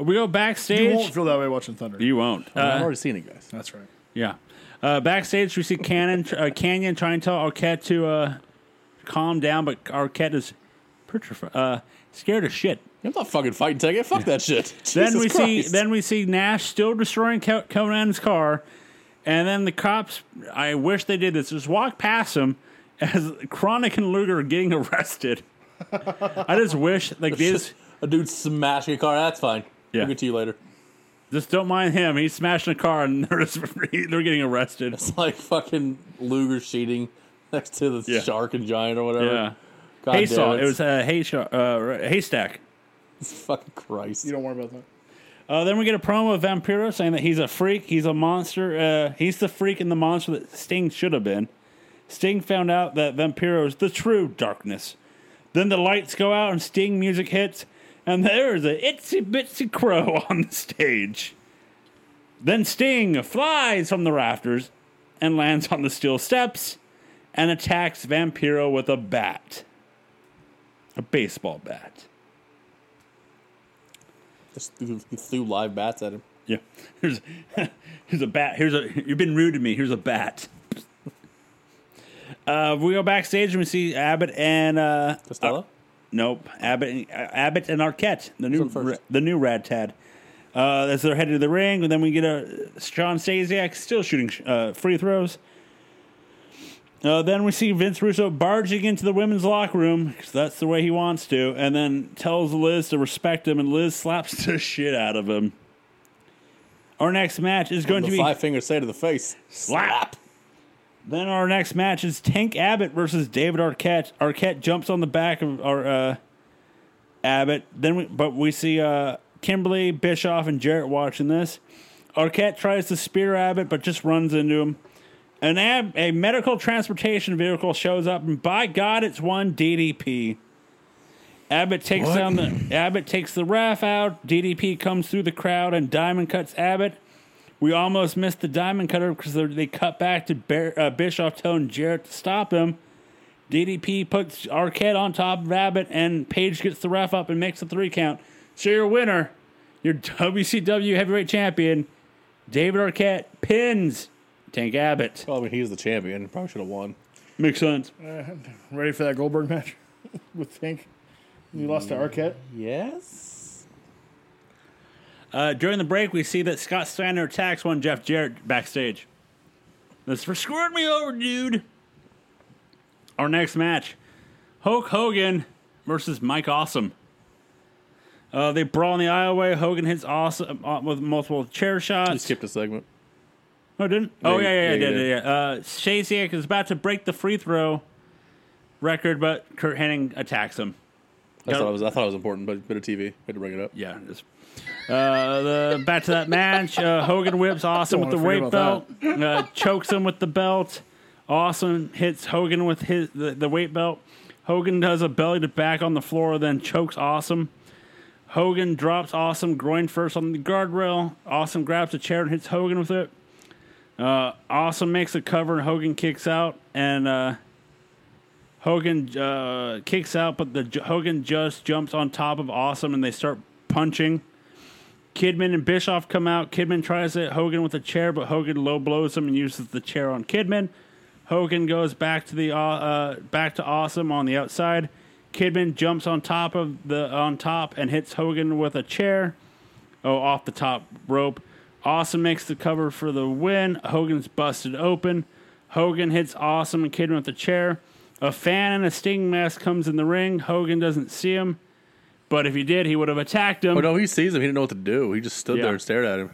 Uh, We go
you
backstage.
won't feel that way watching Thunder.
You won't. Uh,
I've already seen it, guys.
That's right.
yeah. Uh, backstage, we see Cannon, uh, Canyon trying to tell Arquette to uh, calm down, but Arquette is petrified, uh, scared as shit.
I'm not fucking fighting Tekken. Fuck that shit.
Then
Jesus
we see
Christ.
then we see Nash still destroying Co- Conan's car, and then the cops. I wish they did this. Just walk past him as Chronic and Luger are getting arrested. I just wish like they just,
a dude smashing a car. That's fine.
Yeah.
I'll get to you later.
just don't mind him. He's smashing a car and they're just, they're getting arrested.
It's like fucking Luger cheating next to the
Yeah.
shark and giant or whatever.
Yeah,
God
hay
damn
saw.
it.
It was a hay sha- uh, haystack.
fucking Christ.
You don't worry about that.
Uh, then we get a promo of Vampiro saying that he's a freak, he's a monster, uh, he's the freak and the monster that Sting should have been. Sting found out that Vampiro is the true darkness. Then the lights go out and Sting music hits, and there is a itsy bitsy crow on the stage. Then Sting flies from the rafters and lands on the steel steps and attacks Vampiro with a bat. A baseball bat.
Just threw, he threw live bats at him.
Yeah. Here's here's a bat. Here's a you've been rude to me. Here's a bat. Uh, we go backstage and we see Abbott and uh,
Costello?
nope Abbott and, uh, Abbott and Arquette the new
one first?
ra- the new Rad Tad uh, as they're headed to the ring and then we get a John Stasiak still shooting sh- uh, free throws. Uh, then we see Vince Russo barging into the women's locker room because that's the way he wants to, and then tells Liz to respect him, and Liz slaps the shit out of him. Our next match is going
the
to be
five finger say to the face.
Slap. Then our next match is Tank Abbott versus David Arquette. Arquette jumps on the back of our uh, Abbott. Then, we, but we see uh, Kimberly Bischoff and Jarrett watching this. Arquette tries to spear Abbott, but just runs into him. An ab- a medical transportation vehicle shows up, and by God, it's one DDP. Abbott takes down the Abbott takes the ref out. DDP comes through the crowd, and Diamond cuts Abbott. We almost missed the diamond cutter because they cut back to Bear, uh, Bischoff telling Jarrett to stop him. DDP puts Arquette on top of Abbott, and Page gets the ref up and makes a three count. So your winner, your WCW heavyweight champion, David Arquette, pins Tank Abbott.
Well, I mean, he's the champion. Probably should have won.
Makes sense.
Ready for that Goldberg match with Fink? You lost to Arquette.
Yes.
Uh, during the break, we see that Scott Steiner attacks one Jeff Jarrett backstage. That's for screwing me over, dude. Our next match Hulk Hogan versus Mike Awesome. Uh, they brawl in the aisleway. Hogan hits Awesome uh, with multiple chair
You
shots.
skipped a segment.
Oh, didn't? Oh,
you-
yeah, yeah, yeah,
yeah,
yeah.
you
yeah,
did.
yeah, Uh, Shasiak is about to break the free throw record, but Kurt Hennig attacks him.
I
Got
thought
it.
it was, I thought it was important, but bit of TV. I had to bring it up.
Yeah, it is. Uh, the, back to that match. Uh, Hogan whips Austin with
Don't
the
wanna
weight belt,
forget
uh, chokes him with the belt. Austin hits Hogan with his the, the weight belt. Hogan does a belly to back on the floor, then chokes Awesome. Hogan drops Awesome groin first on the guardrail. Awesome grabs a chair and hits Hogan with it. Uh, awesome makes a cover and Hogan kicks out and uh, Hogan uh, kicks out, but the Hogan just jumps on top of Awesome and they start punching. Kidman and Bischoff come out. Kidman tries to hit Hogan with a chair, but Hogan low blows him and uses the chair on Kidman. Hogan goes back to the uh, uh, back to Awesome on the outside. Kidman jumps on top of the on top and hits Hogan with a chair. Oh, off the top rope. Awesome makes the cover for the win. Hogan's busted open. Hogan hits Awesome and Kidman with a chair. A fan in a sting mask comes in the ring. Hogan doesn't see him, but if he did, he would have attacked him.
Oh no, he sees him. He didn't know what to do. He just stood
Yeah.
there and stared at him.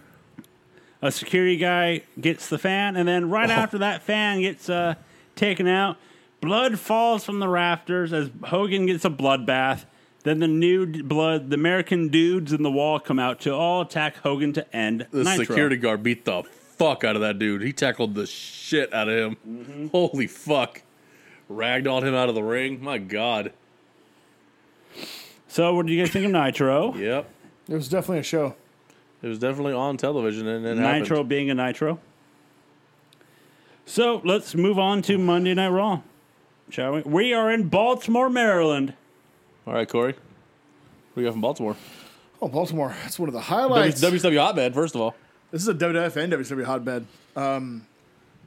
a security guy gets the fan, and then
Oh.
right after that fan gets uh, taken out, blood falls from the rafters as Hogan gets a bloodbath. Then the new d- blood, the American dudes in the wall come out to all attack Hogan to end
The
Nitro.
security guard beat the fuck out of that dude. He tackled the shit out of him.
Mm-hmm.
Holy fuck! Ragdolled him out of the ring. My god.
So, what do you guys think of Nitro?
Yep.
It was definitely a show.
It was definitely on television and it
Nitro
happened.
being a Nitro. So let's move on to Monday Night Raw, shall we? We are in Baltimore, Maryland.
All right, Corey. What do you got from Baltimore?
Oh, Baltimore. That's one of the
W-
highlights.
WCW Hotbed, first of all.
This is a WWF and WWE hotbed. Um,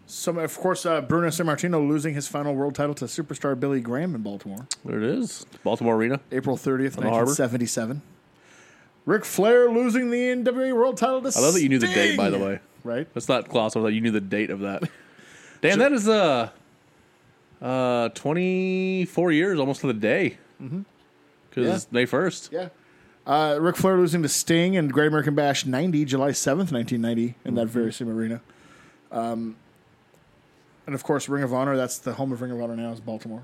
some, of course, uh, Bruno Sammartino losing his final world title to superstar Billy Graham in Baltimore,
There it is. Baltimore Arena.
April 30th,
the harbor.
1977. Ric Flair losing the NWA world title to
I love that you knew the date, by the
Sting.
way.
Right?
That's not Klaus. I thought you knew the date of that. Damn, that is uh, uh, 24 years almost to the day.
Mm-hmm.
Because
Yeah.
it's May 1st.
Yeah. Uh, Ric Flair losing to Sting in Great American Bash 90, July 7th, 1990, in
Mm-hmm.
that very same arena. Um, and of course, Ring of Honor. That's the home of Ring of Honor now, is Baltimore.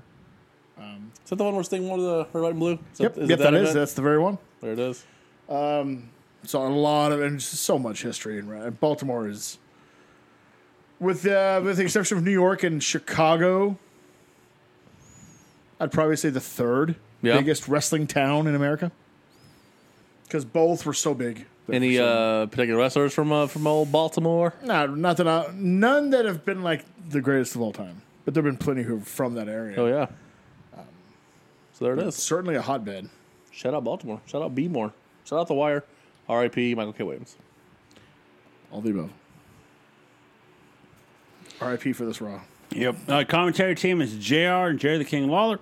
Is that the one where Sting wore the red, white, and blue? Is
Yep,
that, is
yep
it
that is.
event?
That's the very one.
There it is.
So a lot of and just so much history in Ra- Baltimore is, with uh, with the exception of New York and Chicago, I'd probably say the third
Yeah.
biggest wrestling town in America, because both were so big.
Any uh, particular wrestlers from uh, from old Baltimore?
No, not that I, none that have been like the greatest of all time, but there've been plenty who are from that area.
Oh, yeah. so there it is.
Certainly a hotbed.
Shout out Baltimore. Shout out Beemore. Shout out The Wire. R.I.P. Michael K. Williams.
All the above. R.I.P. for this Raw.
Yep. Uh, commentary team is JR and Jerry the King Lawler.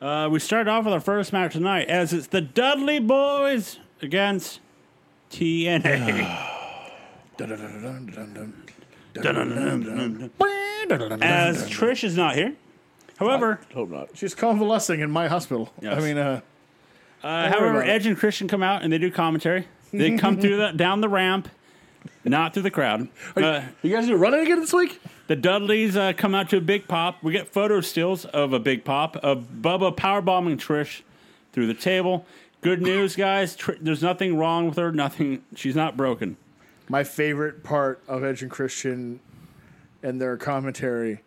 Uh, we start off with our first match tonight as it's the Dudley Boys against TNA. as Trish is not here. However,
Hope not.
She's convalescing in my hospital.
Yes.
I mean, uh,
uh,
worry
however,
about it.
Edge and Christian come out and they do commentary. They come through the, down the ramp, not through the crowd. Uh,
You guys do running again this week?
The Dudleys uh, come out to a big pop. We get photo stills of a big pop of Bubba powerbombing Trish through the table. Good news, guys. Tr- there's nothing wrong with her. Nothing. She's not broken.
my favorite part of Edge and Christian and their commentary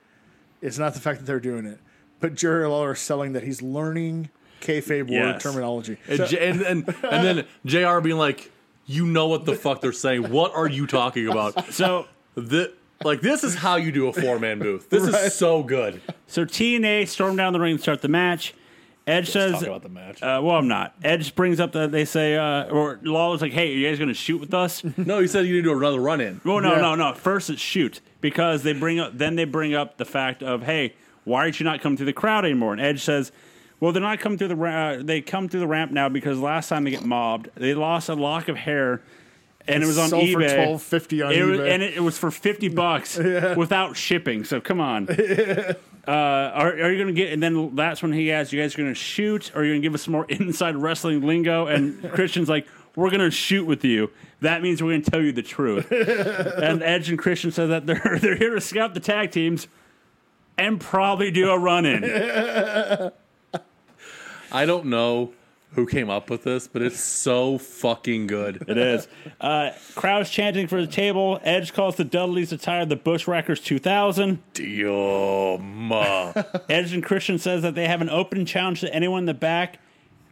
is not the fact that they're doing it, but Jerry Lawler selling that he's learning kayfabe word
Yes.
terminology.
And, J- and, and, and then JR being like, you know what the fuck they're saying. What are you talking about?
So,
The, like, this is how you do a four man booth. This
Right.
is so good.
so TNA storm down the ring to start the match. Edge
Talk
says,
about the match.
uh, "Well, I'm not." Edge brings up that they say, uh, or Lawler's like, "Hey, are you guys going to shoot with us?"
no, he said you need to do another run in.
Well, no,
Yeah.
no, no. First, it's shoot because they bring up. Then they bring up the fact of, hey, why did you not come through the crowd anymore? And Edge says, well, they're not coming through the. Ra- uh, they come through the ramp now because last time they get mobbed, they lost a lock of hair, and it was on
Sold
eBay.
for twelve fifty on
It
eBay.
was, and it, it was for fifty bucks without shipping. So come on, uh, are, are you going to get? And then that's when he asked, "You guys are going to shoot? Or are you going to give us some more inside wrestling lingo?" And Christian's like, "We're going to shoot with you. That means we're going to tell you the truth." and Edge and Christian said that they're they're here to scout the tag teams and probably do a run in.
I don't know who came up with this, but it's so fucking good.
it is. Uh, crowds chanting for the table. Edge calls the Dudleys attire the Bushwhackers 2000.
Dioma.
Edge and Christian says that they have an open challenge to anyone in the back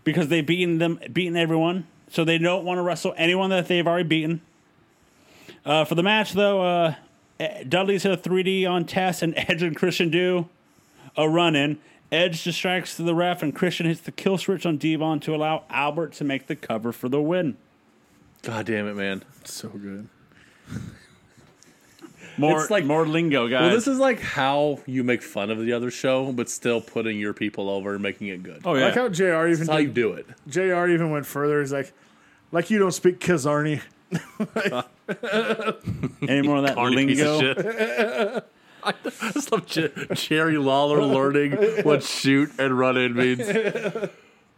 because they've beaten them, beaten everyone, so they don't want to wrestle anyone that they've already beaten. Uh, for the match, though, uh, E- Dudley's hit a 3D on Tess, and Edge and Christian do a run in. Edge distracts the ref, and Christian hits the kill switch on Devon to allow Albert to make the cover for the win.
God damn it, man.
so good.
More,
It's like-
more lingo, guys.
Well, this is like how you make fun of the other show, but still putting your people over and making it good.
oh
I Like
yeah,
how Jr. even
That's how you do it.
Jr. even went further. He's like, like you don't speak Kazarni.
Any more of that
Barney piece of
lingo?
shit. I just love Jer- Jerry Lawler learning what shoot and run in means.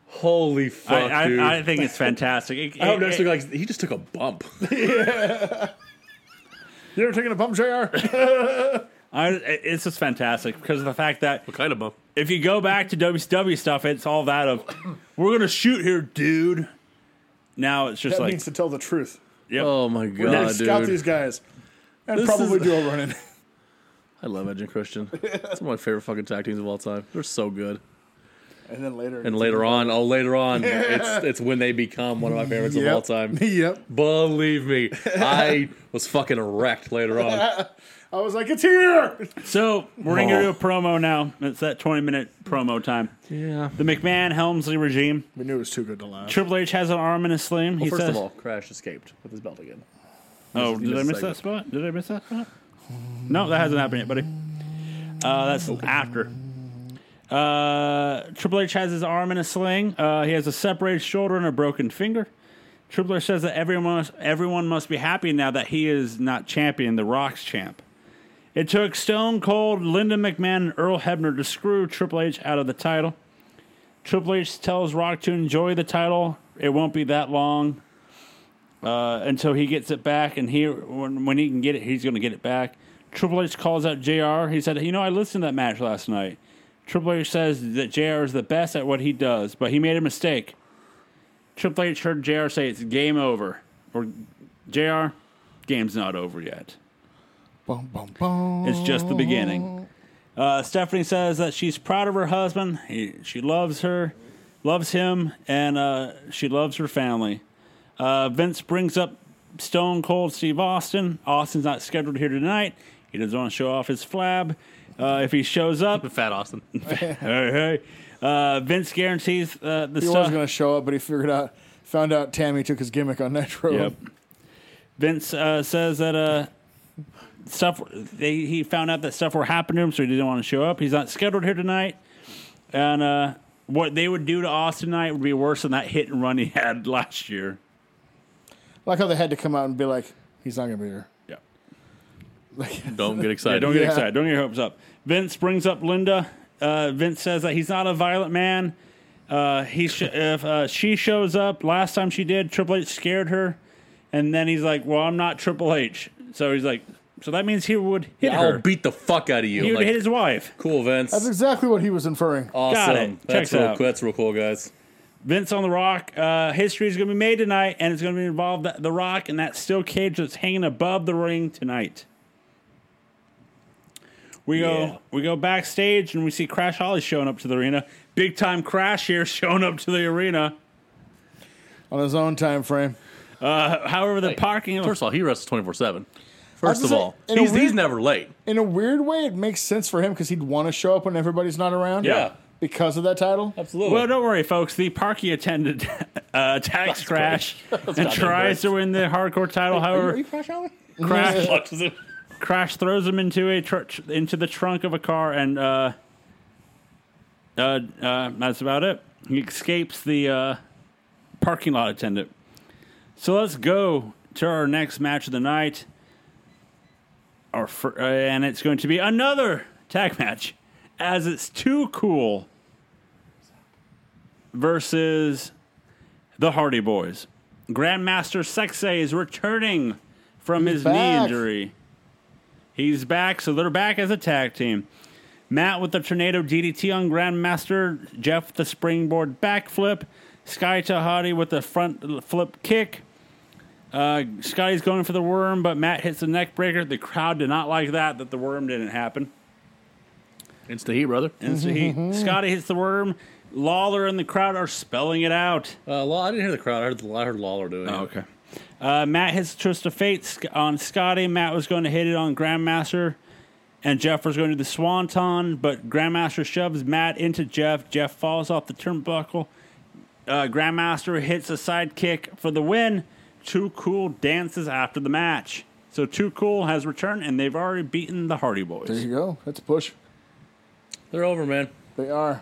Holy fuck,
I,
dude.
I, I think it's fantastic. It-
I hope
it- it-
next week, like, he just took a bump.
You ever taking a pump, JR?
I- it's just fantastic because of the fact that
what kind of bump?
if you go back to WCW stuff, it's all that of we're gonna shoot here, dude. Now it's just
that
like
means to tell the truth.
yep.
Oh my
We're going
god,
to scout these
dude.
guys and
This
probably
is-
do a run in.
I love Edge and Christian. It's one of my favorite fucking tag teams of all time. They're so good.
And then later.
And later on, oh, later on, it's it's when they become one of my favorites of all time.
yep.
Believe me, I was fucking wrecked later on.
I was like, it's here.
So we're gonna do a promo now. It's that twenty minute promo time.
Yeah.
The McMahon Helmsley regime.
We knew it was too good to last.
Triple H has an arm in a sling. he
First
says,
of all, Crash escaped with his belt again.
"Oh,
he
did I
missed
miss
a
that spot? Did I miss that spot? No, that hasn't happened yet, buddy. Uh, that's after." Uh, Triple H has his arm in a sling. Uh, he has a separated shoulder and a broken finger. Triple H says that everyone must, everyone must be happy now that he is not champion, the Rock's champ. It took Stone Cold, Lyndon McMahon, and Earl Hebner to screw Triple H out of the title. Triple H tells Rock to enjoy the title. It won't be that long uh, until he gets it back, and he when, when he can get it, he's going to get it back. Triple H calls out JR. He said, "You know, I listened to that match last night. Triple H says that JR is the best at what he does, but he made a mistake. Triple H heard JR say it's game over. Or JR, game's not over yet.
Bum, bum, bum.
It's just the beginning. Uh, Stephanie says that she's proud of her husband. He, she loves her, loves him, and uh, she loves her family. Uh, Vince brings up Stone Cold Steve Austin. Austin's not scheduled here tonight. He doesn't want to show off his flab. Uh, if he shows up,
Fat Austin.
hey, hey. Uh, Vince guarantees uh, the
He
stuff.
was going to show up, but he figured out, found out Tammy took his gimmick on Nitro.
Yep. Vince uh, says that uh, stuff they he found out that stuff were happening to him, so he didn't want to show up. He's not scheduled here tonight, and uh, what they would do to Austin tonight would be worse than that hit and run he had last year.
Like how they had to come out and be like, he's not going to be here.
Yeah,
Like,
Don't get excited.
don't get
Yeah.
excited. Don't get your hopes up. Vince brings up Linda. Uh, Vince says that he's not a violent man. Uh, he sh- if uh, she shows up, last time she did, Triple H scared her, and then he's like, "Well, I'm not Triple H," so he's like, "So that means he would hit her."
I'll beat the fuck out of
He
you.
would
Like,
hit his wife.
cool, Vince.
that's exactly what he was inferring.
Got
awesome.
it. Check
That's,
it
real,
out.
that's real cool, guys.
Vince on the Rock. Uh, history is going to be made tonight, and it's going to be involved that the Rock and that steel cage that's hanging above the ring tonight. We go
Yeah.
we go backstage and we see Crash Holly showing up to the arena. Big time Crash here showing up to the arena.
on his own time frame.
However, the parking
First of all, he rests 24 7. First of
say,
all,
in a
he's,
weird-
he's never late.
In a weird way, it makes sense for him because he'd want to show up when everybody's not around.
Yeah.
Because of that title.
Absolutely.
well, don't worry, folks. The parking attendant uh, attacks Crash and
goddamn
tries
great.
to win the hardcore title.
Are
However,
you Crash Alley?
Crash
Watches it.
Crash throws him into a tr- tr- into the trunk of a car, and uh, uh, uh, that's about it. He escapes the uh, parking lot attendant. So let's go to our next match of the night, our fir- uh, and it's going to be another tag match, as it's too cool versus the Hardy Boys. Grandmaster Sexay is returning from his knee
back.
injury. He's back, so they're back as a tag team. Matt with the tornado DDT on Grandmaster. Jeff with the springboard backflip. Sky Tahadi with the front flip kick. Uh, Scotty's going for the worm, but Matt hits the neck breaker. The crowd did not like that, that the worm didn't happen.
It's the heat, brother.
And so he, Scotty hits the worm. Lawler and the crowd are spelling it out.
Uh, Law, I didn't hear the crowd. I heard, I heard Lawler doing
Oh,
it.
okay. Uh, Matt hits Twist of Fate sc- on Scotty. Matt was going to hit it on Grandmaster, and Jeff was going to do the Swanton, but Grandmaster shoves Matt into Jeff. Jeff falls off the turnbuckle. Uh, Grandmaster hits a sidekick for the win. Too Cool dances after the match. So Too Cool has returned, and they've already beaten the Hardy
There
Boys.
you go. That's a push.
They're over, man.
They are.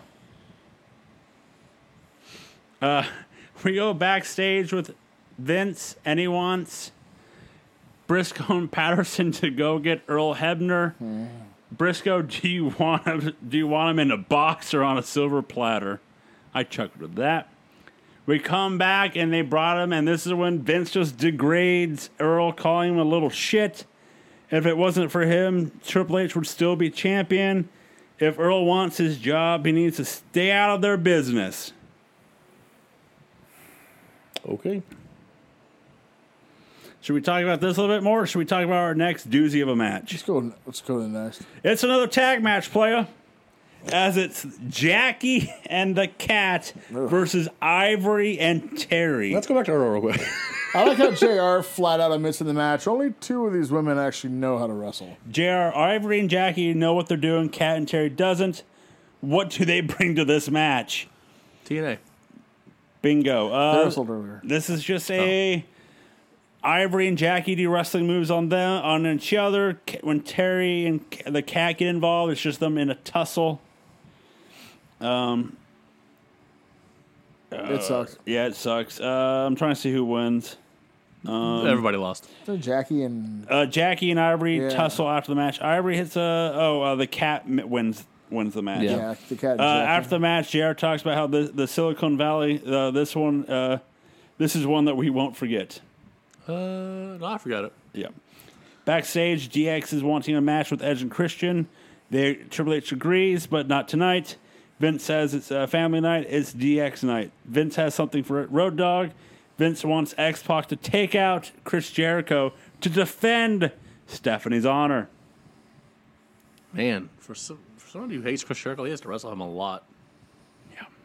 We go backstage with Vince, and he wants Briscoe and Patterson to go get Earl Hebner. Briscoe, do you want him, do you want him in a box or on a silver platter? I chuckled at that. We come back and they brought him, and this is when Vince just degrades Earl, calling him a little shit. If it wasn't for him, Triple H would still be champion. If Earl wants his job, he needs to stay out of their business.
Okay.
Should we talk about this a little bit more? Or should we talk about our next doozy of a match?
Let's go. Let's go to the next.
It's another tag match, playa. As it's Jackie and the Cat versus Ivory and Terry.
Let's go back to Earl real quick.
I like how Jr. flat out admits in the match. Only two of these women actually know how to wrestle.
JR, Ivory and Jackie know what they're doing. Cat and Terry doesn't. What do they bring to this match?
TNA.
Bingo.
They
Uh,
wrestled earlier.
this is just a Ivory and Jackie do wrestling moves on them on each other. Ca- When Terry and Ca- the cat get involved, it's just them in a tussle.
it sucks.
Yeah, it sucks. Uh, I'm trying to see who wins.
Everybody lost.
Jackie and
Uh, Jackie and Ivory
Yeah.
tussle after the match. Ivory hits a oh uh, the cat m- wins wins the match.
yeah,
Yeah.
the cat. And
Uh,
Jackie.
after the match, Jr. talks about how the the Silicon Valley uh, this one uh, this is one that we won't forget.
Uh, no, I forgot it.
Yeah. Backstage, DX is wanting a match with Edge and Christian. They Triple H agrees, but not tonight. Vince says it's a family night. It's DX night. Vince has something for Road Dog. Vince wants X Pac to take out Chris Jericho to defend Stephanie's honor.
Man, for some, for somebody who hates Chris Jericho, he has to wrestle him a lot.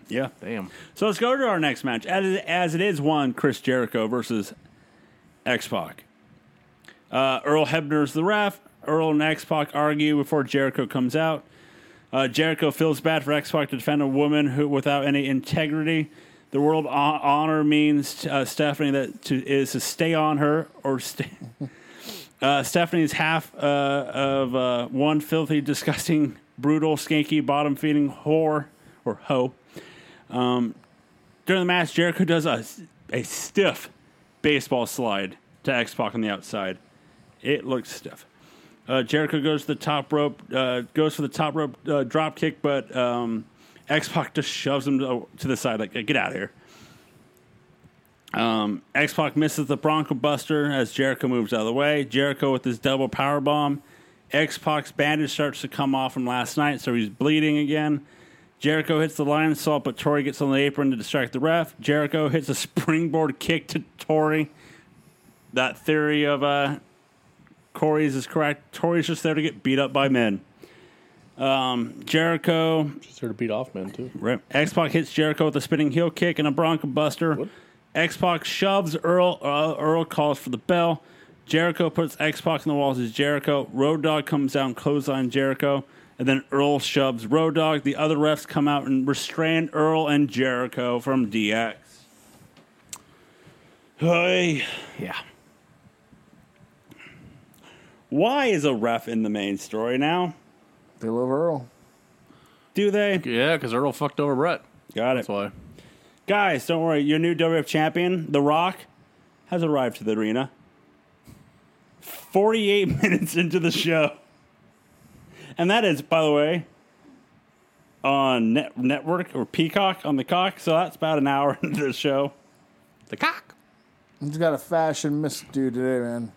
Yeah.
Damn.
So let's go to our next match. As it, as it is one, Chris Jericho versus X Pac. Uh, Earl Hebner's the ref. Earl and X Pac argue before Jericho comes out. Uh, Jericho feels bad for X Pac to defend a woman who without any integrity. The world hon- honor means uh, Stephanie that to, is to stay on her or stay. Uh, Stephanie's half uh, of uh, one filthy, disgusting, brutal, skanky, bottom feeding whore or hoe. During the match, Jericho does a, a stiff baseball slide to X Pac on the outside. It looks stiff. Uh, Jericho goes to the top rope, uh, goes for the top rope uh, drop kick, but um, X Pac just shoves him to, to the side, like, get out of here. Um, X Pac misses the Bronco Buster as Jericho moves out of the way. Jericho with his double power bomb. X Pac's bandage starts to come off from last night, so he's bleeding again. Jericho hits the lion salt, but Tori gets on the apron to distract the ref. Jericho hits a springboard kick to Tori. That theory of uh, Corey's is correct. Tori's just there to get beat up by men. Um, Jericho
Just here to beat off, man, too.
Right. X Pac hits Jericho with a spinning heel kick and a Bronco Buster. X Pac shoves Earl. Uh, Earl calls for the bell. Jericho puts X Pac in the walls as Jericho. Road Dog comes down, clothesline Jericho, and then Earl shoves Road Dog. The other refs come out and restrain Earl and Jericho from DX. Hey,
Yeah.
why is a ref in the main story now?
they love Earl.
Do they?
Yeah, because Earl fucked over Brett.
Got it.
That's why.
Guys, don't worry. Your new WWF champion, The Rock, has arrived to the arena. 48 minutes into the show. And that is, by the way, on net- Network or Peacock on the cock. So that's about an hour into the show.
The cock.
He's got a fashion misdo today, man.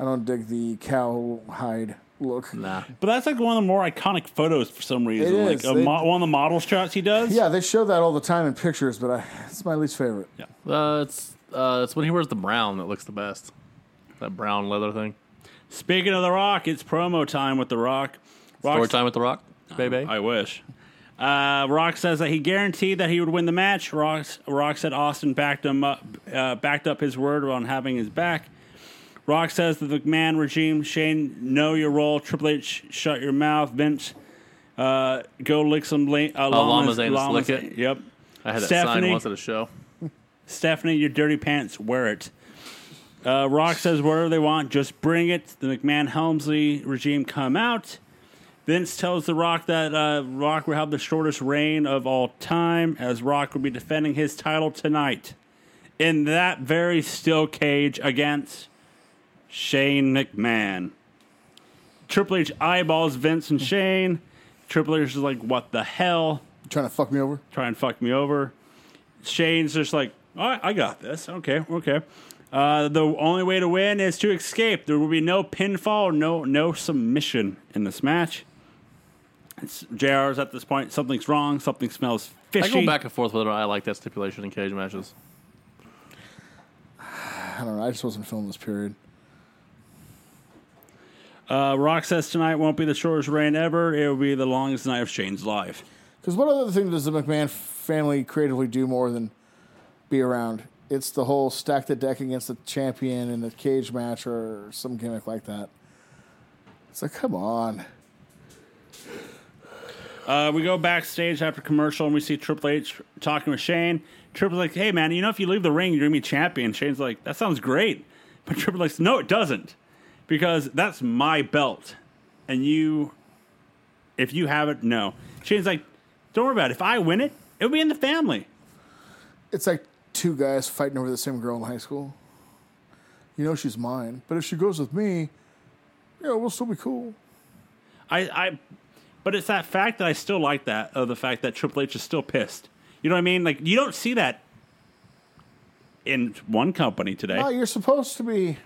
I don't dig the cowhide look.
Nah.
But that's like one of the more iconic photos for some reason.
It
like
is.
a
They-
mo- one of the model shots he does.
Yeah, they show that all the time in pictures, but I, it's my least favorite.
Uh, it's uh, it's when he wears the brown that looks the best. That brown leather thing.
Speaking of The Rock, it's promo time with The Rock.
Story
Rock's-
time with the Rock, baby.
I wish. Uh, Rock says that he guaranteed that he would win the match. Rock, Rock said Austin backed him up, uh, backed up his word on having his back. Rock says that the McMahon regime, Shane, know your role. Triple H, shut your mouth. Vince, uh, go lick some la- uh, llamas.
llamas anus,
llamas-
lick it.
Yep.
I had that
Stephanie.
sign once at a show.
Stephanie, your dirty pants, wear it. Uh, Rock says whatever they want, just bring it. The McMahon Helmsley regime come out. Vince tells The Rock that uh, Rock will have the shortest reign of all time, as Rock will be defending his title tonight in that very still cage against Shane McMahon. Triple H eyeballs Vince and Shane. Triple H is like, what the hell?
Trying to fuck me over?
Try and fuck me over. Shane's just like, all right, I got this. Okay, okay. Uh, the only way to win is to escape. There will be no pinfall, no no submission in this match. It's, JR's at this point, something's wrong, something smells
I
fishy.
go back and forth whether I like that stipulation in cage matches.
I don't know. I just wasn't feeling this period.
Uh, Rock says tonight won't be the shortest reign ever. It will be the longest night of Shane's life.
Because what other thing does the McMahon family creatively do more than be around? It's the whole stack the deck against the champion in a cage match or some gimmick like that. It's like, come on.
Uh, we go backstage after commercial and we see Triple H talking with Shane. Triple H, like, hey man, you know if you leave the ring, you're gonna be champion. Shane's like, that sounds great, but Triple H, no, it doesn't, because that's my belt, and you, if you have it, no. Shane's like, don't worry about it. If I win it, it'll be in the family.
It's like two guys fighting over the same girl in high school. You know she's mine, but if she goes with me, yeah, we'll still be cool.
I, I, but it's that fact that I still like that of the fact that Triple H is still pissed. You know what I mean? Like you don't see that in one company today.
No, Ah, you're supposed to be.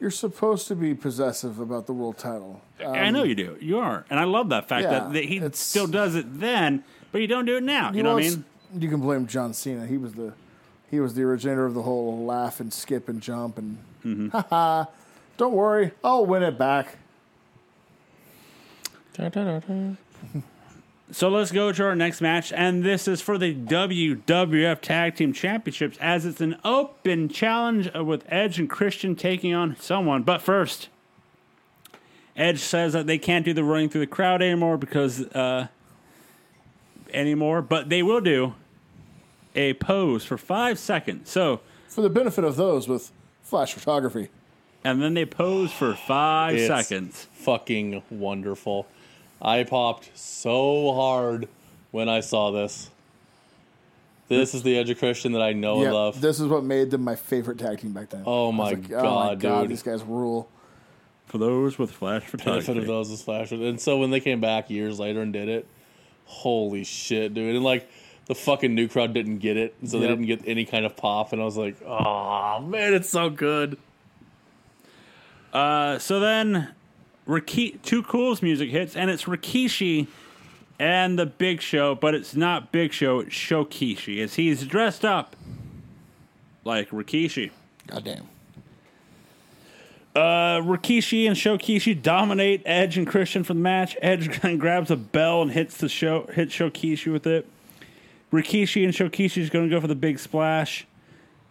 You're supposed to be possessive about the world title.
I know you do. You are, and I love that fact
Um, yeah,
that, that he
it's-
still does it then, but you don't do it now. You, know
Well,
what I
it's-
mean?
You can blame John Cena. He was the he was the originator of the whole laugh and skip and jump and
Mm-hmm.
haha. Don't worry, I'll win it back.
So let's go to our next match, and this is for the WWF Tag Team Championships, as it's an open challenge uh, with Edge and Christian taking on someone. But first, Edge says that they can't do the running through the crowd anymore because uh, anymore, but they will do a pose for five seconds. So
For the benefit of those with flash photography,
and then they pose for five
It's-
seconds.
Fucking wonderful. I popped so hard when I saw this. This is the Edge of Christian that I know
yeah,
and love.
this is what made them my favorite tag team back then. I
Oh
was
my
oh my
God,
god,
dude.
these guys rule.
For those with flash
benefit of
photography.
those is Flash. And so when they came back years later and did it, holy shit, dude! And like the fucking new crowd didn't get it, so they
Yep.
didn't get any kind of pop. And I was like, oh,
Oh man, it's so good.
Uh, so then, Riki- Two Cool's music hits, and it's Rikishi and the Big Show, but it's not Big Show, it's Shokishi, as he's dressed up like Rikishi.
Goddamn.
Uh, Rikishi and Shokishi dominate Edge and Christian for the match. Edge grabs a bell and hits the show, hits Shokishi with it. Rikishi and Shokishi is going to go for the big splash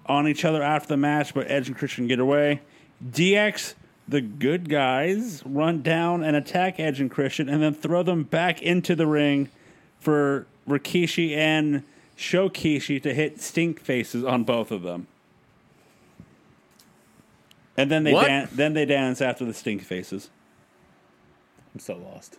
on each other after the match, but Edge and Christian get away. DX, the good guys, run down and attack Edge and Christian, and then throw them back into the ring for Rikishi and Shokishi to hit stink faces on both of them. And then they
What?
dan- then they dance after the stink faces.
I'm so lost.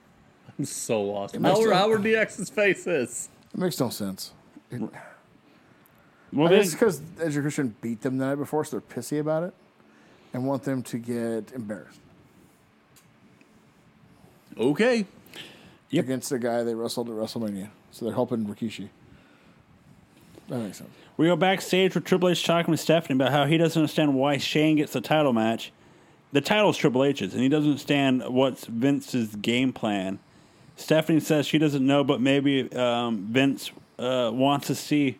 I'm so lost.
makes
How are
sense.
our DX's faces?
It makes no sense.
Well,
I
then-
guess because Edge and Christian beat them the night before, so they're pissy about it and want them to get embarrassed
Okay.
against the guy they wrestled at WrestleMania. So they're helping Rikishi. That makes sense.
We go backstage with Triple H talking with Stephanie about how he doesn't understand why Shane gets the title match. The title's Triple H's, and he doesn't understand what's Vince's game plan. Stephanie says she doesn't know, but maybe um, Vince uh, wants to see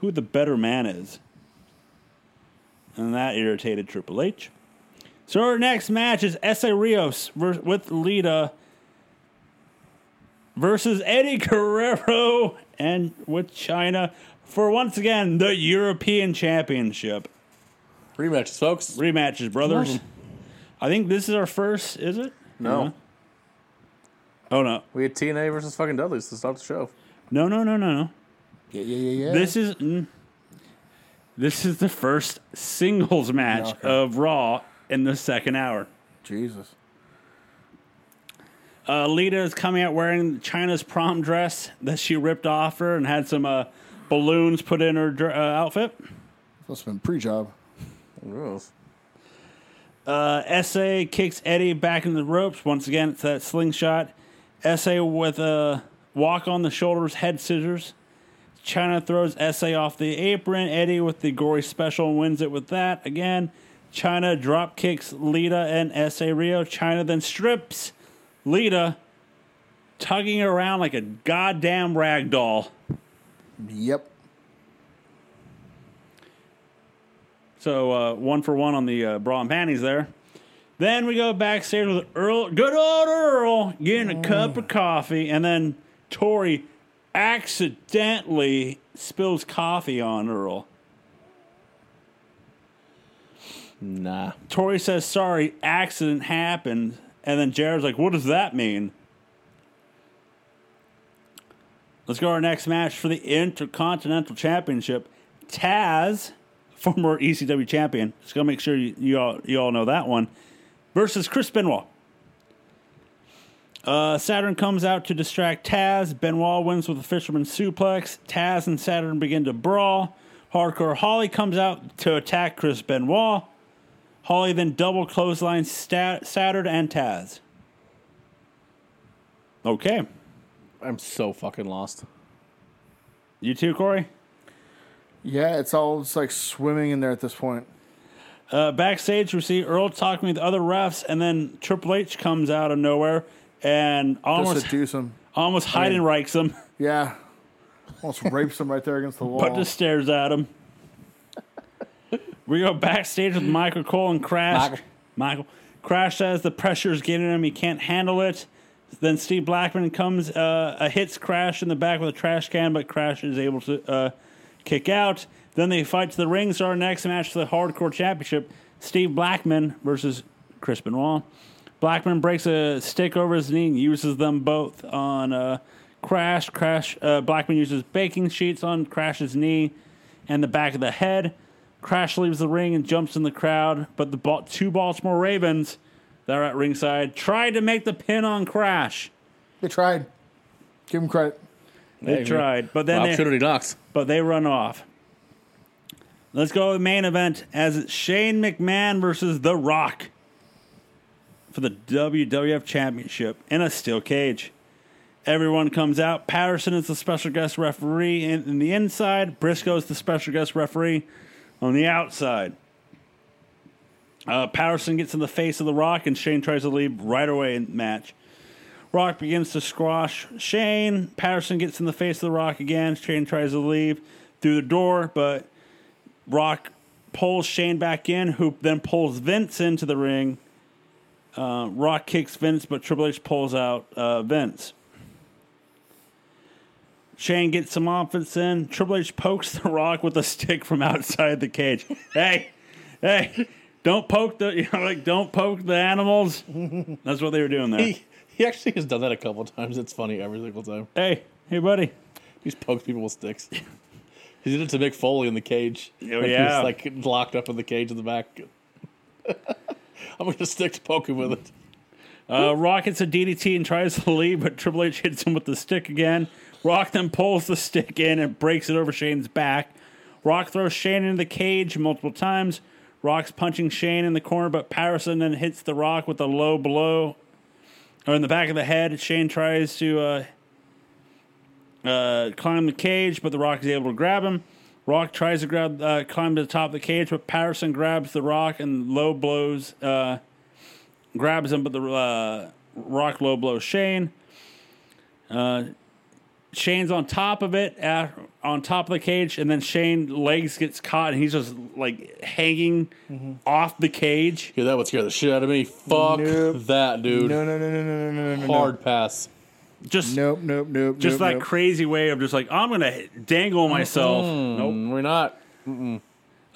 who the better man is. And that irritated Triple H. So our next match is Essa Rios ver- with Lita versus Eddie Guerrero and with China for once again the European Championship
Rematches, folks.
rematches, brothers. I think this is our first. Is it?
No.
Uh-huh. Oh no!
We had TNA versus fucking Dudley's to start the show.
No! No! No! No! No!
Yeah, yeah, yeah, yeah.
This is mm, this is the first singles match
Okay.
of Raw in the second hour.
Jesus.
Uh, Lita is coming out wearing China's prom dress that she ripped off her and had some uh, balloons put in her dr- uh, outfit.
Must have been pre job.
Gross.
Uh, SA kicks Eddie back into the ropes. Once again, it's that slingshot. SA with a walk on the shoulders, head scissors. China throws SA off the apron. Eddie with the gory special wins it with that. Again, China drop kicks Lita and SA Rio. China then strips Lita, tugging her around like a goddamn rag doll.
Yep.
So uh, one for one on the uh, bra and panties there. Then we go backstage with Earl, good old Earl, getting a cup of coffee, and then Tori accidentally spills coffee on Earl.
Nah.
Tori says, "Sorry, accident happened," and then Jared's like, "What does that mean?" Let's go to our next match for the Intercontinental Championship. Taz, former ECW champion, just gonna make sure you, you all you all know that one, versus Chris Benoit. Uh, Saturn comes out to distract Taz. Benoit wins with a fisherman suplex. Taz and Saturn begin to brawl. Hardcore Holly comes out to attack Chris Benoit. Holly then double clothesline stat- Saturn and Taz. Okay.
I'm so fucking lost.
You too, Corey?
Yeah, it's all just like swimming in there at this point.
Uh, backstage, we see Earl talking with other refs, and then Triple H comes out of nowhere and
Just
almost
seduce him.
almost Heidenreichs him,
Yeah. Almost rapes him right there against the wall.
but just stares at him. we go backstage with Michael Cole and Crash.
Michael.
Michael. Crash says the pressure's getting him. He can't handle it. Then Steve Blackman comes, uh, uh, hits Crash in the back with a trash can, but Crash is able to uh, kick out. Then they fight to the ring. So our next match for the Hardcore Championship: Steve Blackman versus Chris Benoit. Blackman breaks a stick over his knee and uses them both on uh, Crash. Crash. Uh, Blackman uses baking sheets on Crash's knee and the back of the head. Crash leaves the ring and jumps in the crowd, but the ba- two Baltimore Ravens that are at ringside tried to make the pin on Crash.
They tried. Give him credit.
They tried, but then they,
Opportunity knocks.
but they run off. Let's go to the main event as it's Shane McMahon versus The Rock for the WWF Championship in a steel cage. Everyone comes out. Patterson is the special guest referee in, in the inside. Briscoe's the special guest referee on the outside. Uh, Patterson gets in the face of The Rock, and Shane tries to leave right away in the match. Rock begins to squash Shane. Patterson gets in the face of The Rock again. Shane tries to leave through the door, but Rock pulls Shane back in, who then pulls Vince into the ring. Uh, Rock kicks Vince, but Triple H pulls out uh, Vince. Shane gets some offense in. Triple H pokes The Rock with a stick from outside the cage. hey, hey, don't poke the you know, like don't poke the animals. That's what they were doing there.
He, he actually has done that a couple times. It's funny every single time.
Hey, hey, buddy.
He's poked people with sticks. he did it to Mick Foley in the cage.
Oh,
like
yeah.
He was like locked up in the cage in the back. I'm gonna stick to poking with it.
Uh, Rock hits a DDT and tries to leave, but Triple H hits him with the stick again. Rock then pulls the stick in and breaks it over Shane's back. Rock throws Shane into the cage multiple times. Rock's punching Shane in the corner, but Patterson then hits the Rock with a low blow or in the back of the head. Shane tries to uh, uh, climb the cage, but the Rock is able to grab him. Rock tries to grab, uh, climb to the top of the cage, but Patterson grabs the Rock and low blows. Uh, grabs him, but the uh, rock low blows Shane. Uh, Shane's on top of it, uh, on top of the cage, and then Shane legs gets caught, and he's just like hanging off the cage.
Yeah, that would scare the shit out of me. Fuck
Nope.
that, dude.
No, no, no, no, no, no, no, no.
Hard pass.
Just
Nope, nope, nope.
just
nope,
that
nope.
crazy way of just like I'm gonna dangle myself. Nope.
We're not.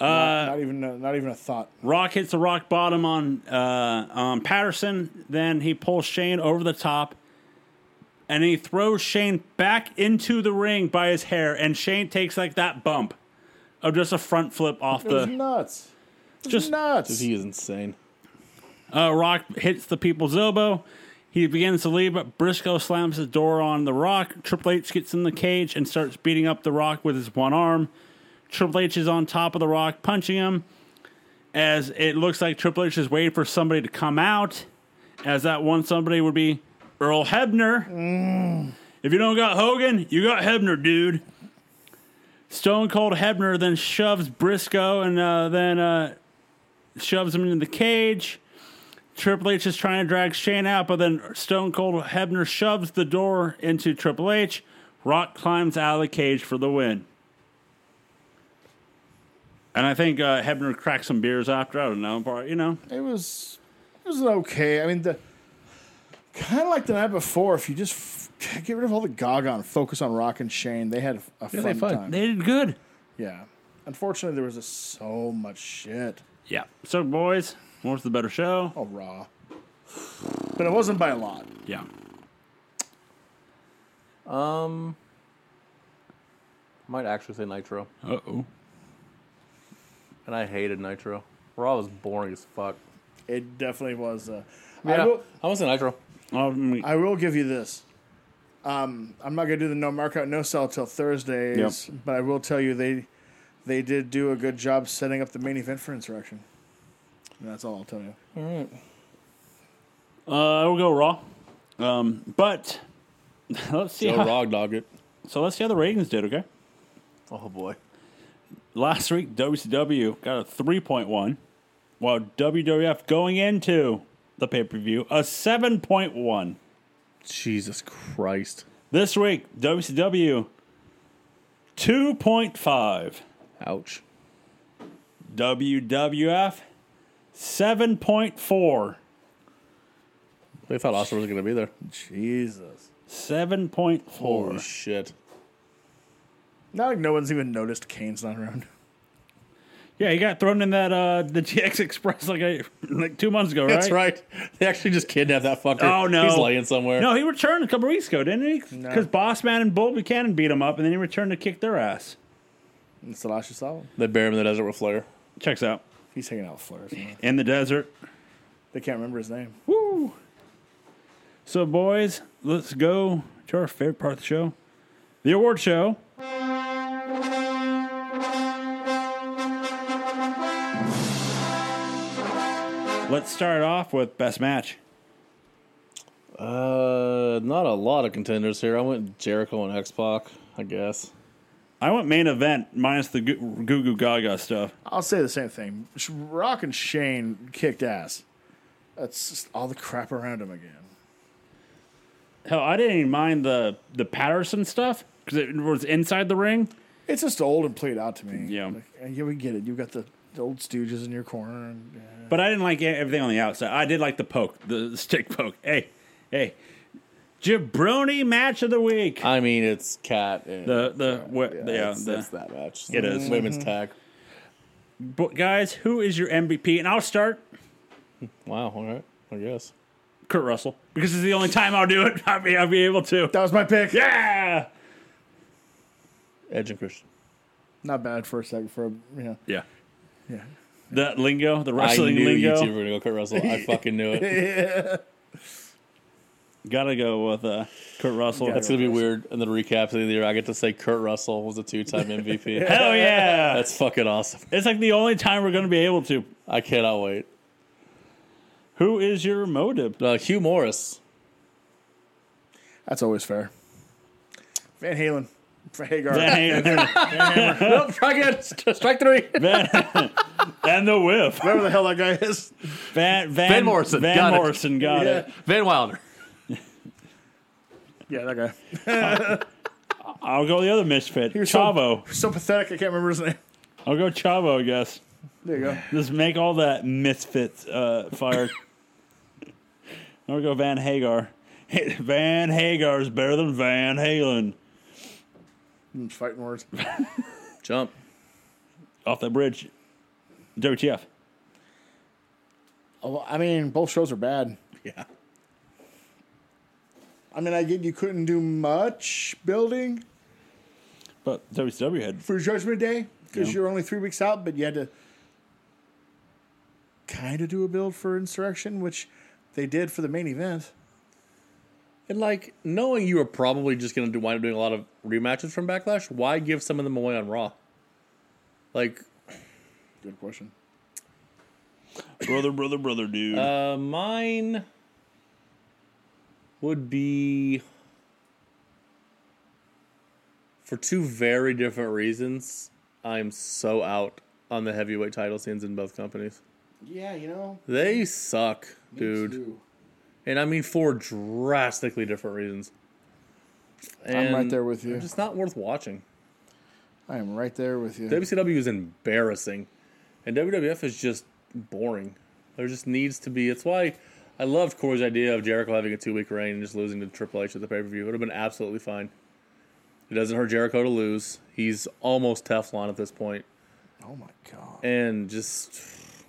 not even, a- not even a thought.
Rock hits the rock bottom on uh, on Patterson. Then he pulls Shane over the top, and he throws Shane back into the ring by his hair. And Shane takes like that bump of just a front flip off
It was
the.
nuts. It was
Just-
nuts.
He is insane.
Uh, rock hits the people's elbow. He begins to leave, but Briscoe slams the door on the Rock. Triple H gets in the cage and starts beating up the Rock with his one arm. Triple H is on top of the Rock, punching him. as it looks like Triple H is waiting for somebody to come out, as that one somebody would be Earl Hebner. If you don't got Hogan, you got Hebner, dude. Stone Cold Hebner then shoves Briscoe and uh, then uh, shoves him into the cage. Triple H is trying to drag Shane out, but then Stone Cold Hebner shoves the door into Triple H. Rock climbs out of the cage for the win. And I think uh, Hebner cracked some beers after. I don't know, probably, you know.
It was it was okay. I mean, the kind of like the night before. If you just f- get rid of all the Gaga and focus on Rock and Shane, they had a, a
they
fun
fun.
time.
They did good.
yeah. Unfortunately, there was just so much shit.
Yeah. So, boys, what was the better show?
Oh, raw. But it wasn't by a lot.
Yeah.
might actually say Nitro,
Uh oh.
and I hated Nitro. Raw was boring as fuck.
It definitely was. Uh,
Yeah,
I, will,
I was in Nitro.
Um,
I will give you this. Um, I'm not gonna do the no markout, no sell till Thursdays, but I will tell you they they did do a good job setting up the main event for Insurrection. And that's all I'll tell you.
uh, we'll go Raw. Um, but let's see.
Joe
how-
Rog Dog it.
so, let's see how the ratings did, okay?
Oh boy.
Last week, WCW got a 3.1, while WWF going into the pay per view, a 7.1.
Jesus Christ.
This week, WCW 2.5,
Ouch.
WWF 7.4.
They thought Austin was going to be there.
7.4.
Holy shit.
Not like no one's even noticed Kane's not around.
Yeah, he got thrown in that uh the GX Express like a, like two months ago, right?
That's right. They actually just kidnapped that fucker.
Oh, no.
He's laying somewhere.
No, he returned a couple weeks ago, didn't he? Because Bossman and Bull Buchanan beat him up, and then he returned to kick their ass.
It's the last you saw him.
They bury him in the desert with Flair.
Checks out
He's hanging out with Flair. somewhere.
in the desert.
They can't remember his name.
Woo! So, boys, let's go to our favorite part of the show, the award show. Let's start off with best match.
Uh, not a lot of contenders here. I went Jericho and X Pac, I guess.
I went main event minus the goo goo goo gaga stuff.
I'll say the same thing. Sh- Rock and Shane kicked ass. That's just all the crap around him again.
Hell, I didn't even mind the the Patterson stuff because it was inside the ring.
It's just old and played out to me.
Yeah.
Like, uh, yeah, we get it. You've got the the old Stooges in your corner. And, yeah.
But I didn't like e- everything on the outside. I did like the poke, the stick poke. Hey, hey, jabroni match of the week.
I mean, it's Cat and.
The the what? Yeah,
Uh, it's,
the,
it's that match. Mm-hmm.
It is. Mm-hmm.
Women's tag.
but guys, who is your MVP? And I'll start
Wow. All right. I guess.
Kurt Russell because it's the only time I'll do it. I mean, I'll be able to.
That was my pick.
Yeah,
Edge and Christian.
Not bad for a second. For a, you know,
yeah,
yeah.
That lingo, the wrestling
I knew
lingo.
you two were going to go Kurt Russell. I fucking knew it.
Gotta go with uh, Kurt Russell.
That's going to be weird. And then recap of the year, I get to say Kurt Russell was a two time MVP.
Hell yeah!
That's fucking awesome.
It's like the only time we're gonna be able to.
I cannot wait.
Who is your motive?
Uh, Hugh Morris.
That's always fair. Van Halen. For Hagar.
Van
Strike three.
Van- and the whip.
Whatever the hell that guy is.
Van, Van,
Van Morrison,
Van
got it.
Morrison got it.
Van Wilder.
Yeah, that guy.
I'll go the other misfit,
You're so-
Chavo.
So pathetic. I can't remember his name.
I'll go Chavo, I guess.
There you go.
Just make all that misfits uh, fired. I'll go Van Hagar. Van Hagar is better than Van Halen.
Mm, Fighting words.
Jump.
Off that bridge. WTF.
Oh, well, I mean, both shows are bad.
Yeah.
I mean, I get you couldn't do much building
But WCW had.
for Judgment Day because
Yeah.
you're only three weeks out, but you had to kind of do a build for Insurrection, which they did for the main event.
And like knowing you were probably just going to do wind up doing a lot of rematches from Backlash, why give some of them away on Raw? Like
Good question.
Brother, brother, brother, dude.
Uh, mine would be for two very different reasons. I'm so out on the heavyweight title scenes in both companies.
Yeah, you know,
They suck, dude. And I mean for drastically different reasons.
I'm right
And
there with you.
They're just not worth watching.
I am right there with you.
WCW is embarrassing, and WWF is just boring. There just needs to be. It's why I loved Corey's idea of Jericho having a two week reign and just losing to Triple H at the pay per view. It would have been absolutely fine. It doesn't hurt Jericho to lose. He's almost Teflon at this point,
oh my god.
and just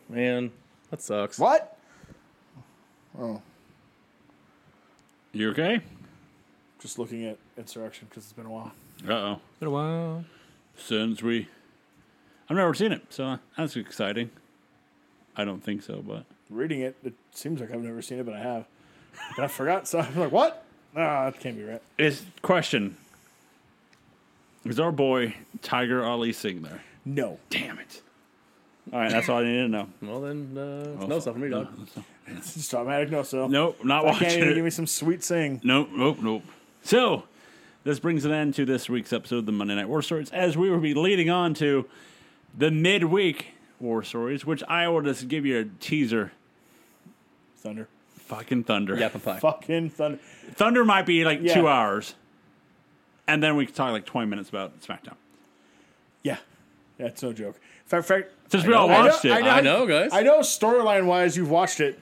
man, that sucks.
What?
you okay?
Just looking at Insurrection because it's been a while.
Uh oh.
Been a while.
Since we, I've never seen it, so that's exciting. I don't think so, but
Reading it, it seems like I've never seen it, but I have. But I forgot, so I'm like, what? Ah, that can't be right.
is question: Is our boy Tiger Ali Singh there?
No.
Damn it! All right, that's all I need to know.
Well then, uh,
Oh,
it's no stuff for me, dog.
It's just automatic no, so.
Nope, not
I can't
watching
even
it.
give me some sweet sing.
Nope, nope, nope. So, this brings an end to this week's episode of the Monday Night War Stories, as we will be leading on to the midweek War Stories, which I will just give you a teaser.
Thunder.
Fucking Thunder.
Yap and pie.
Fucking thunder.
Thunder might be like two
Yeah.
hours, and then we can talk like 20 minutes about SmackDown.
Yeah. That's no joke. Fact, fact,
Since we all watched it.
I
Oh,
know, guys.
I know storyline wise you've watched it,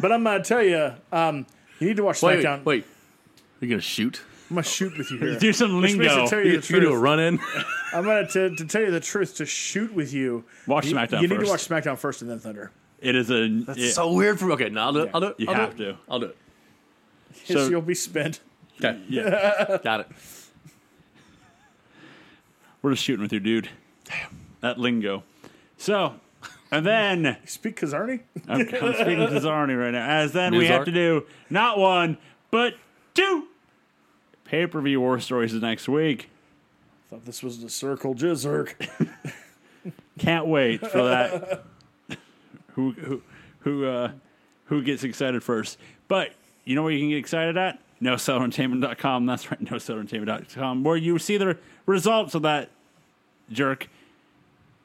but I'm gonna tell you, um, you need to watch
Wait,
SmackDown.
wait, wait. You're gonna shoot.
I'm gonna shoot with you here.
Do some
Which makes
lingo.
it tell
You,
you
you
the
do a
truth.
run in.
I'm gonna to, to tell you the truth to shoot with you.
Watch
you,
SmackDown
You need to watch
first.
SmackDown first and then Thunder.
It is a. it-
so weird for me. Okay, now I'll do it. I'll do it.
you
I'll
have
do it.
to.
I'll do it.
So-
So you'll be spent.
Okay. Got it.
We're just shooting with your dude. That lingo. So, and then.
Speak Kazarni.
I'm, I'm speaking to Zarni right now. As then we have
Zarni.
to do not one, but two pay per view war stories next week.
Thought this was the circle jizzerk.
Can't wait for that. who who who uh, who gets excited first? But you know what you can get excited at? NoSellEntertainment.com. That's right, NoSellEntertainment.com, where you see the results of that jerk.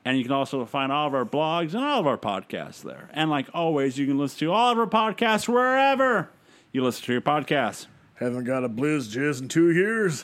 And you can also find all of our blogs and all of our podcasts there. And like always, you can listen to all of our podcasts wherever you listen to your podcasts.
Haven't got a blizz jizz in two years.